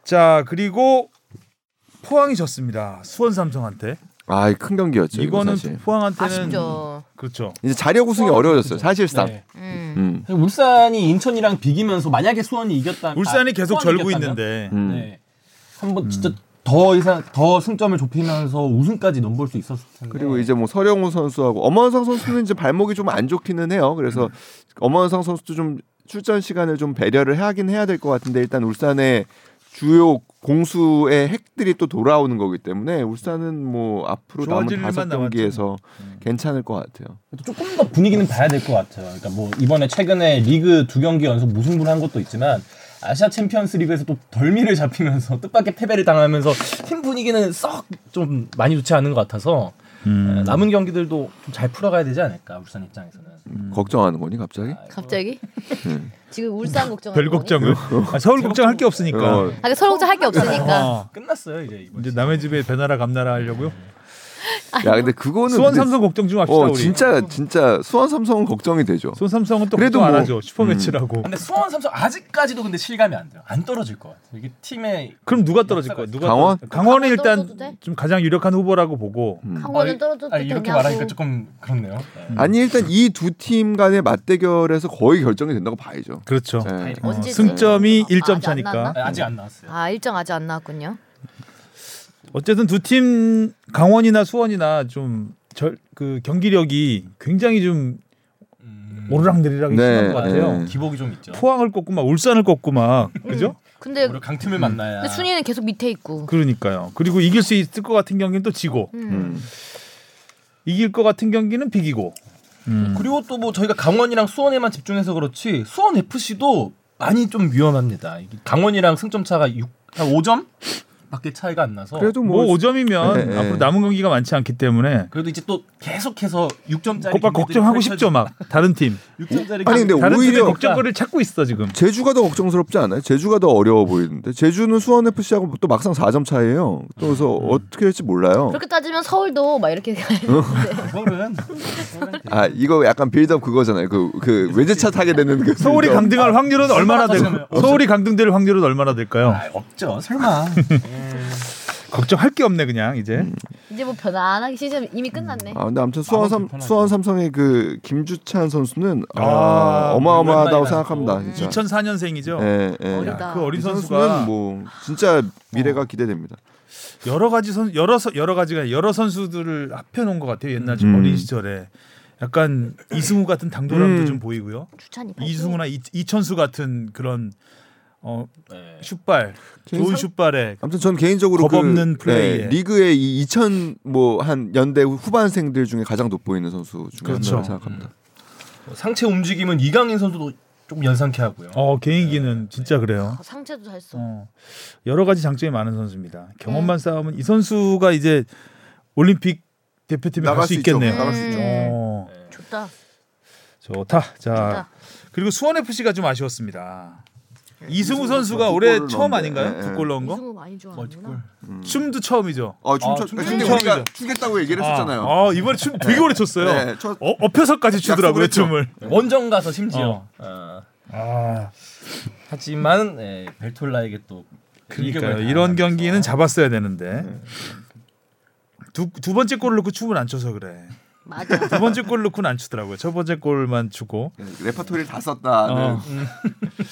B: 자 그리고 포항이 졌습니다. 수원 삼성한테.
D: 아, 이큰 경기였죠. 이거
B: 이거는
D: 사실.
B: 포항한테는
A: 아쉽죠.
B: 그렇죠.
D: 이제 자력 우승이 어려워졌어요. 사실상.
C: 네.
A: 음.
D: 음.
C: 사실 울산이 인천이랑 비기면서 만약에 수원이 이겼다. 아,
B: 울산이 계속
C: 수원이
B: 절고
C: 이겼다면?
B: 있는데
D: 음.
C: 네. 한번 진짜 더 이상 더 승점을 좁히면서 우승까지 넘볼 수 있었을 텐데.
B: 네.
D: 그리고 이제 뭐 서령우 선수하고 엄원상 선수는 이제 발목이 좀 안 좋기는 해요. 그래서
B: 네.
D: 엄원상 선수도 좀 출전 시간을 좀 배려를 하긴 해야 될 것 같은데 일단 울산의 주요 공수의 핵들이 또 돌아오는 거기 때문에 울산은 뭐 앞으로 남은
B: 좋아질
D: 다섯
B: 일만 남았죠. 네.
D: 경기에서 괜찮을 것 같아요.
C: 조금 더 분위기는 봐야 될 것 같아요. 그러니까 뭐 이번에 최근에 리그 두 경기 연속 무승부를 한 것도 있지만 아시아 챔피언스 리그에서 또 덜미를 잡히면서 뜻밖의 패배를 당하면서 팀 분위기는 썩 좀 많이 좋지 않은 것 같아서 에, 남은 경기들도 좀 잘 풀어가야 되지 않을까 울산 입장에서는
B: 음.
D: 걱정하는 거니 갑자기?
B: 아,
A: 갑자기? 지금 울산 걱정.
B: 별 걱정을 아, 서울 걱정 할 게 없으니까.
D: 음. 어,
A: 아, 그 서울 걱정 할 게 없으니까.
B: 어,
C: 끝났어요 이제 이번
B: 이제
C: 시즌.
B: 남의 집에 배나라 감나라 하려고요.
D: 야 근데 그거는
B: 수원
D: 근데-
B: 삼성 걱정 좀 합시다
D: 어
B: 우리.
D: 진짜 진짜 수원 삼성은 걱정이 되죠.
B: 수원 삼성은 또
D: 그래도
B: 걱정 안
D: 뭐-
B: 하죠. 슈퍼매치라고.
C: 근데 수원 삼성 아직까지도 근데 실감이 안 돼요 안 떨어질 것 같아요 이게 팀의
B: 그럼 누가 떨어질 거야? 누가
D: 강원?
B: 떨어질 거야? 강원은
A: 강원 떨어져도
B: 일단
A: 돼?
B: 좀 가장 유력한 후보라고 보고
D: 음.
A: 강원은
C: 아니,
A: 떨어져도
C: 아니, 이렇게
A: 되냐고.
C: 말하니까 조금 그렇네요 네.
B: 음.
D: 아니 일단 이 두 팀 간의 맞대결에서 거의 결정이 된다고 봐야죠.
B: 그렇죠.
D: 네.
A: 언제
B: 어,
A: 돼요?
B: 승점이
A: 아,
B: 일 1점
A: 아직 안
B: 차니까.
A: 나왔나?
C: 예, 아니, 아직 안 나왔어요
A: 아 일정 아직 안 나왔군요.
B: 어쨌든 두 팀 강원이나 수원이나 좀 절 그 경기력이 굉장히 좀
C: 음,
B: 오르락내리락이
D: 네,
B: 심한 것 같아요.
D: 네.
C: 기복이 좀 있죠
B: 포항을 꺾고 막 울산을 꺾고 막 그죠?
A: 근데
C: 오히려 강팀을 만나야
A: 근데 순위는 계속 밑에 있고.
B: 그러니까요. 그리고 이길 수 있을 것 같은 경기는 또 지고
A: 음.
D: 음.
B: 이길 것 같은 경기는 비기고. 음.
C: 그리고 또 뭐 저희가 강원이랑 수원에만 집중해서 그렇지 수원 FC도 많이 좀 위험합니다. 이게 강원이랑 승점 차가 6, 한 5점 밖에 차이가 안 나서
D: 그래도
B: 뭐
D: 뭐,
B: 5점이면
D: 네, 네.
B: 앞으로 남은 경기가 많지 않기 때문에
C: 그래도 이제 또 계속해서 6점짜리
B: 곧바 걱정하고 싶죠 막 다른 팀
D: 아니, 근데
B: 다른 팀의
D: 오히려- 그러니까
B: 걱정거리를 찾고 있어 지금
D: 제주가 더 걱정스럽지 않아요? 제주가 더 어려워 보이는데 제주는 수원 FC하고 또 막상 4점 차이에요. 또 그래서
B: 음.
D: 어떻게 될지 몰라요.
A: 그렇게 따지면 서울도 막 이렇게
C: 그거는
D: 아 이거 약간 빌드업 그거잖아요. 그 그 외제차 타게 되는 그
B: 서울이
D: 빌드업.
B: 강등할 확률은 얼마나 될까요?
C: 없어.
B: 서울이 강등될 확률은 얼마나 될까요?
C: 아, 없죠. 설마.
B: 걱정할 게 없네 그냥 이제
D: 음,
A: 이제 뭐 편안하게 시즌 이미 끝났네.
D: 아 근데 아무튼 수원 삼
C: 불편하죠.
D: 수원 삼성의 그 김주찬 선수는 아,
B: 아,
D: 어마어마하다고
C: 오랜만이다.
D: 생각합니다. 진짜.
B: 2004년생이죠.
D: 예, 예.
A: 어리다.
B: 그 어린
D: 이
B: 선수가 어.
D: 선수는 뭐 진짜 미래가 기대됩니다.
B: 여러 가지 선 여러 선- 여러 가지가 아니라 여러 선수들을 합해 놓은 것 같아요. 옛날 좀
D: 음.
B: 어린 시절에 약간 이승우 같은 당돌함도
D: 음.
B: 좀 보이고요.
A: 추찬이 파이팅.
B: 이승우나 이, 이천수 같은 그런 어
C: 네.
B: 슛발 좋은 슛발에
D: 아무튼 전 개인적으로
B: 겁없는
D: 그
B: 플레이에.
D: 예, 리그의 이 2000 뭐 한 연대 후반생들 중에 가장 돋보이는 선수 중에
B: 그렇죠.
D: 하나라고 생각합니다.
C: 뭐 상체 움직임은 이강인 선수도 조금 연상케 하고요.
B: 어 개인기는 진짜 그래요.
A: 아, 상체도 잘 써.
B: 어, 여러 가지 장점이 많은 선수입니다. 경험만 쌓으면 이 선수가 이제 올림픽 대표팀에 갈
D: 나갈
B: 수
D: 수 있죠.
B: 있겠네요.
D: 나갈
A: 수 있죠.
B: 어,
A: 좋다.
B: 좋다. 자
A: 좋다.
B: 그리고 수원 FC가 좀 아쉬웠습니다. 이승우
D: 네. 이승우
B: 선수가
D: 선수가
B: 올해
D: 두 골을
B: 처음
D: 넣었는데.
B: 아닌가요?
D: 예,
B: 두
D: 예.
B: 골 넣은 거?
A: 이승우 많이 좋아하는구나.
B: 춤도 처음이죠.
D: 어,
C: 춤 춰-
D: 춤,
C: 춤
D: 근데
B: 춰-
D: 우리가
B: 춰-
D: 추겠다고 얘기를
B: 아,
D: 했었잖아요.
B: 어, 이번에 춤 되게 오래 췄어요.
D: 네, 첫-
B: 어, 엎혀서까지 추더라고요
D: 약속을 했죠.
B: 춤을.
C: 원정 가서 심지어.
B: 어.
C: 어.
B: 아,
C: 하지만 예, 벨톨라에게 또
B: 그러니까요.
C: 일격을
B: 이런
C: 당하면서.
B: 경기는 잡았어야
D: 네.
B: 되는데 두, 두 번째 골을 넣고 춤을 안 춰서 그래.
A: 맞아.
B: 두 번째 골 넣고는 안 추더라고요. 첫 번째 골만 추고.
D: 예, 레퍼토리를 다 썼다는 음.
B: 어.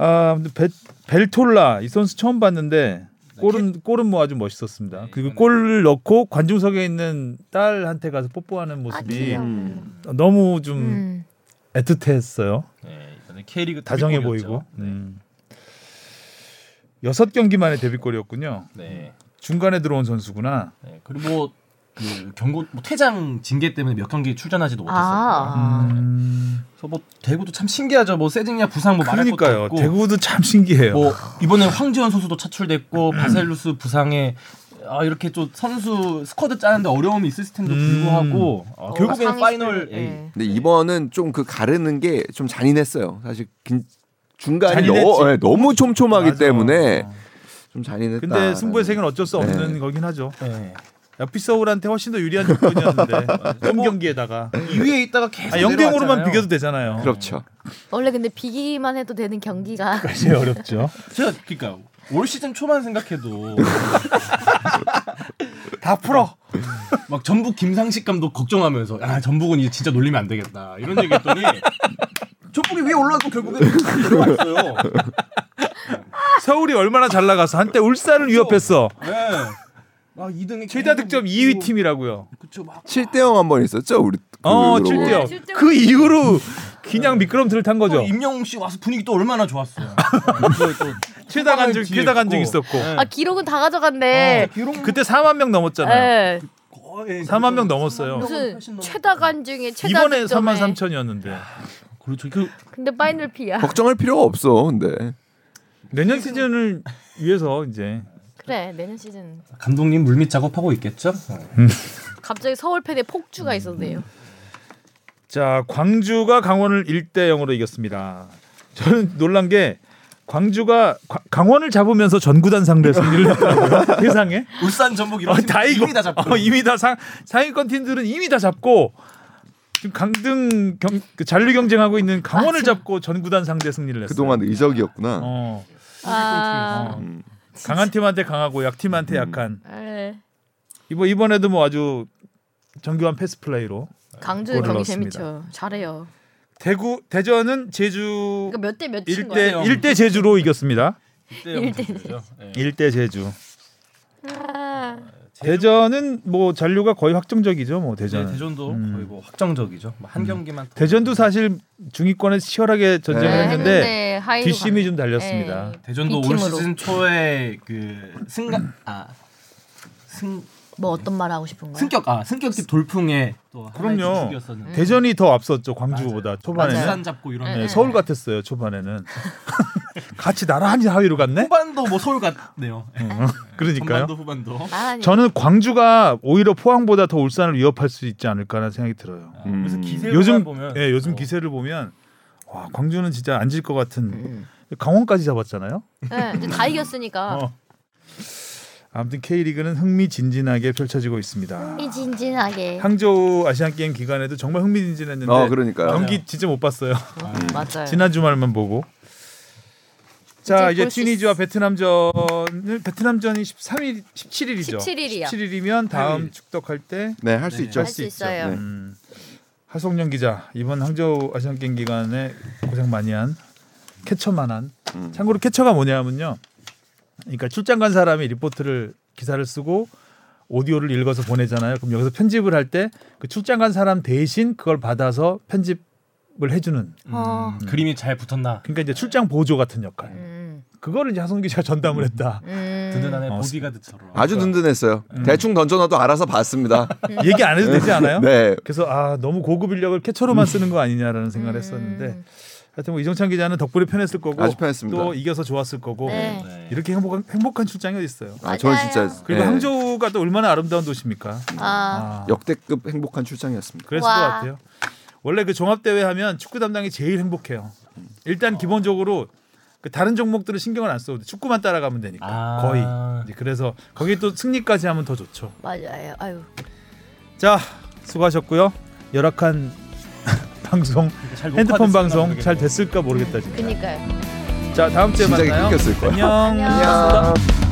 B: 아, 근데 벨, 벨톨라 이 선수 처음 봤는데 골은 골은 뭐 아주 멋있었습니다.
C: 네,
B: 그리고
C: 이거는-
B: 골을 넣고 관중석에 있는 딸한테 가서 뽀뽀하는
A: 아
B: 모습이
A: 귀여워.
D: 네.
B: 음. 너무 좀
A: 음.
B: 애틋했어요.
C: 예, 이번에 K리그
B: 다정해
C: 데뷔골이었죠.
B: 보이고.
C: 네.
B: 음. 여섯 경기 만에 데뷔골이었군요.
C: 네.
B: 중간에 들어온 선수구나.
C: 네, 그리고 그 경고 뭐 퇴장 징계 때문에 몇 경기 출전하지도 못했어요.
A: 아.
B: 음,
C: 그래서 뭐 대구도 참 신기하죠. 뭐 세징야 부상 뭐 말할 것도
B: 그러니까요.
C: 없고.
B: 대구도 참 신기해요.
C: 뭐 이번에 황지현 선수도
B: 음.
C: 차출됐고 바셀루스 부상에 아 이렇게 또 선수 스쿼드 짜는데 어려움이 있을 텐데도
B: 음.
C: 불구하고 어,
A: 어,
C: 결국에는
A: 상위
C: 파이널
A: 스플,
C: A.
A: 예.
D: 근데 이번은 좀 그 가르는 게 좀 잔인했어요. 사실 긴- 중간이
B: 잔인했지.
D: 너, 예, 너무 촘촘하기
B: 맞아.
D: 때문에
B: 어.
D: 좀 잔인했다.
B: 근데 승부의 세계는 어쩔 수 없는
D: 네.
B: 거긴 하죠.
C: 예.
B: 야피 서울한테 훨씬 더 유리한 조건이었는데
C: 뭐
B: 홈 경기에다가
C: 2위에 있다가 계속
B: 아, 0대0으로만
C: 내려왔잖아요.
B: 비교도 되잖아요.
D: 그렇죠.
A: 원래 근데 비기만 해도 되는 경기가
B: 제일 어렵죠.
C: 제가 그러니까 올 시즌 초만 생각해도
B: 다 풀어.
C: 막 전북 김상식 감독 걱정하면서 야 전북은 이제 진짜 놀리면 안 되겠다 이런 얘기했더니 전북이 위에 올라왔고 결국에 들어왔어요.
B: 서울이 얼마나 잘 나가서 한때 울산을 위협했어.
C: 네. 막 2등에
B: 최다 득점 2위 팀이라고요.
C: 그쵸 막
D: 7대 0 한 번 있었죠. 우리 그
B: 어,
D: 그러고.
B: 7대0. 그 이후로 그냥 미끄럼틀을 탄
C: 또
B: 거죠.
C: 임영웅 씨 와서 분위기 또 얼마나 좋았어요.
B: 최다 간증, 최다 간증
C: 있고.
B: 있었고. 어,
A: 아 기록은 다 가져갔네.
B: 그때 4만 명 넘었잖아요.
A: 예.
C: 거의
B: 4만 명 넘었어요.
C: 삼만 명.
A: 무슨
C: 훨씬 넘-
A: 최다 간중에 최다
B: 이번에
A: 득점에
B: 3만 3천이었는데.
C: 그렇죠. 그
A: 근데 파이널 피야.
D: 걱정할 필요가 없어. 근데
B: 내년 시즌을 위해서 이제
A: 그래 내년 시즌
C: 감독님 물밑 작업하고 있겠죠?
A: 갑자기 서울 팬의 폭주가 있었네요.
B: 자 광주가 강원을 1대 0으로 이겼습니다. 저는 놀란 게 광주가 과- 강원을 잡으면서 전구단 상대 승리를 했다고요? 그 세상에
F: 울산 전북 이런
B: 아,
F: 팀
B: 다 이거
F: 이미 다 잡고
B: 어, 이미 다 상, 상위권 팀들은 이미 다 잡고 지금 강등 경, 그 잔류 경쟁하고 있는 강원을 잡고 전구단 상대 승리를 했어요.
D: 그동안 의적이었구나.
B: 어,
A: 아,
B: 어.
D: 음.
B: 강한 팀한테 강하고 약팀한테 약한
A: 네.
B: 이번 이번에도 뭐 아주 정교한 패스 플레이로
A: 강주
B: 골을
A: 경기
B: 넣었습니다.
A: 재밌죠. 잘해요.
B: 대구 대전은 제주
A: 그러니까 뭐 몇 대 몇 친 거예요?
B: 1대 1대 제주로 이겼습니다.
C: 그렇죠.
F: 1대0 예.
B: 1대 제주.
A: 아,
B: 대전은 뭐 잔류가 거의 확정적이죠. 뭐
F: 이제
B: 대전은.
F: 대전도
B: 음.
F: 거의 뭐 확정적이죠. 뭐한 경기만 더.
B: 대전도 사실 중위권에 치열하게 전쟁을
D: 네,
B: 했는데
A: 하이로
B: 뒷심이
A: 가-
B: 좀 달렸습니다.
A: 네.
F: 대전도
A: 이
F: 올
A: 팀으로.
F: 시즌 초에 그 승가 아승
A: 뭐 어떤 말 하고 싶은 거야?
F: 승격 아 승격집 돌풍에 또 하나의
B: 그럼요.
F: 주축이었었는데
B: 대전이 더 앞섰죠. 광주보다 초반에는.
F: 부산 잡고 이런
B: 네,
A: 음. 네.
B: 서울 같았어요. 초반에는. 같이 나란히 하위로 갔네.
F: 후반도 뭐 서울 같네요. 예.
B: 그러니까요.
F: 전반도 후반도.
A: 나란히
B: 저는 광주가 오히려 포항보다 더 울산을 위협할 수 있지 않을까라는 생각이 들어요.
A: 아.
D: 음.
F: 그래서 기세를
B: 요즘
F: 보면
B: 예, 요즘
F: 어,
B: 기세를 보면 와, 광주는 진짜 안 질 것
D: 음,
B: 같은 강원까지 잡았잖아요.
A: 네, 이제 다 이겼으니까
B: 어. 아무튼 K리그는 흥미진진하게 펼쳐지고 있습니다.
A: 이 진진하게
B: 항저우 아시안 게임 기간에도 정말 흥미진진했는데
D: 어 그러니까요.
A: 네.
B: 경기 진짜 못 봤어요.
A: 맞아요.
B: 음. 지난 주말만 보고. 자
A: 네. 이제
B: 이제
A: 볼수
B: 튀니지와 베트남전을 베트남전이 13일 17일이죠.
A: 17일 이요.
B: 이면 다음
F: 8일.
B: 축덕할 때
D: 네 할 수
F: 네.
D: 있죠.
A: 할수 있어요.
D: 네.
B: 음, 하성룡 기자 이번 항저우 아시안 게임 기간에 고생 많이 한 캐쳐만한.
D: 음.
B: 참고로 캐쳐가 뭐냐면요. 그러니까 출장 간 사람이 리포트를 기사를 쓰고 오디오를 읽어서 보내잖아요. 그럼 여기서 편집을 할 때 그 출장 간 사람 대신 그걸 받아서 편집을 해주는.
F: 음.
A: 어.
C: 그림이 잘 붙었나?
B: 그러니까 이제 출장 보조 같은 역할.
A: 음.
B: 그거를 이제 하성룡 기자가 전담을 했다.
A: 음.
C: 든든하네
B: 어,
C: 보디가드처럼.
D: 아주
B: 그렇죠.
D: 든든했어요. 대충 던져놔도 알아서 봤습니다.
B: 얘기 안 해도 음. 되지 않아요?
D: 네.
B: 그래서 아 너무 고급 인력을 캐쳐로만 쓰는 거 아니냐라는
A: 음.
B: 생각을 했었는데 하여튼 뭐 이정찬 기자는 덕분에 편했을 거고
D: 아주 편했습니다.
B: 또 이겨서 좋았을 거고
A: 네.
C: 네.
B: 이렇게 행복한 행복한 출장이 어디 있어요?
D: 아, 저는
A: 맞아요.
D: 진짜
B: 그리고
D: 네.
B: 항저우가 또 얼마나 아름다운 도시입니까?
A: 아,
B: 아,
D: 역대급 행복한 출장이었습니다.
B: 그랬을
A: 와.
B: 것 같아요. 원래 그 종합대회 하면 축구 담당이 제일 행복해요. 일단 기본적으로 그 다른 종목들은 신경을 안 써도 돼. 축구만 따라가면 되니까
C: 아.
B: 거의. 이제 그래서 거기 또 승리까지 하면 더 좋죠.
A: 맞아요. 아유.
B: 자 수고하셨고요. 열악한 방송
C: 잘
B: 핸드폰
C: 녹화됐을까
B: 방송
C: 모르겠네요.
B: 잘 됐을까 모르겠다 진짜.
A: 그니까요.
B: 자 다음 주에
D: 심장이
B: 만나요.
D: 끊겼을 거야.
B: 안녕.
A: 안녕.
D: 안녕.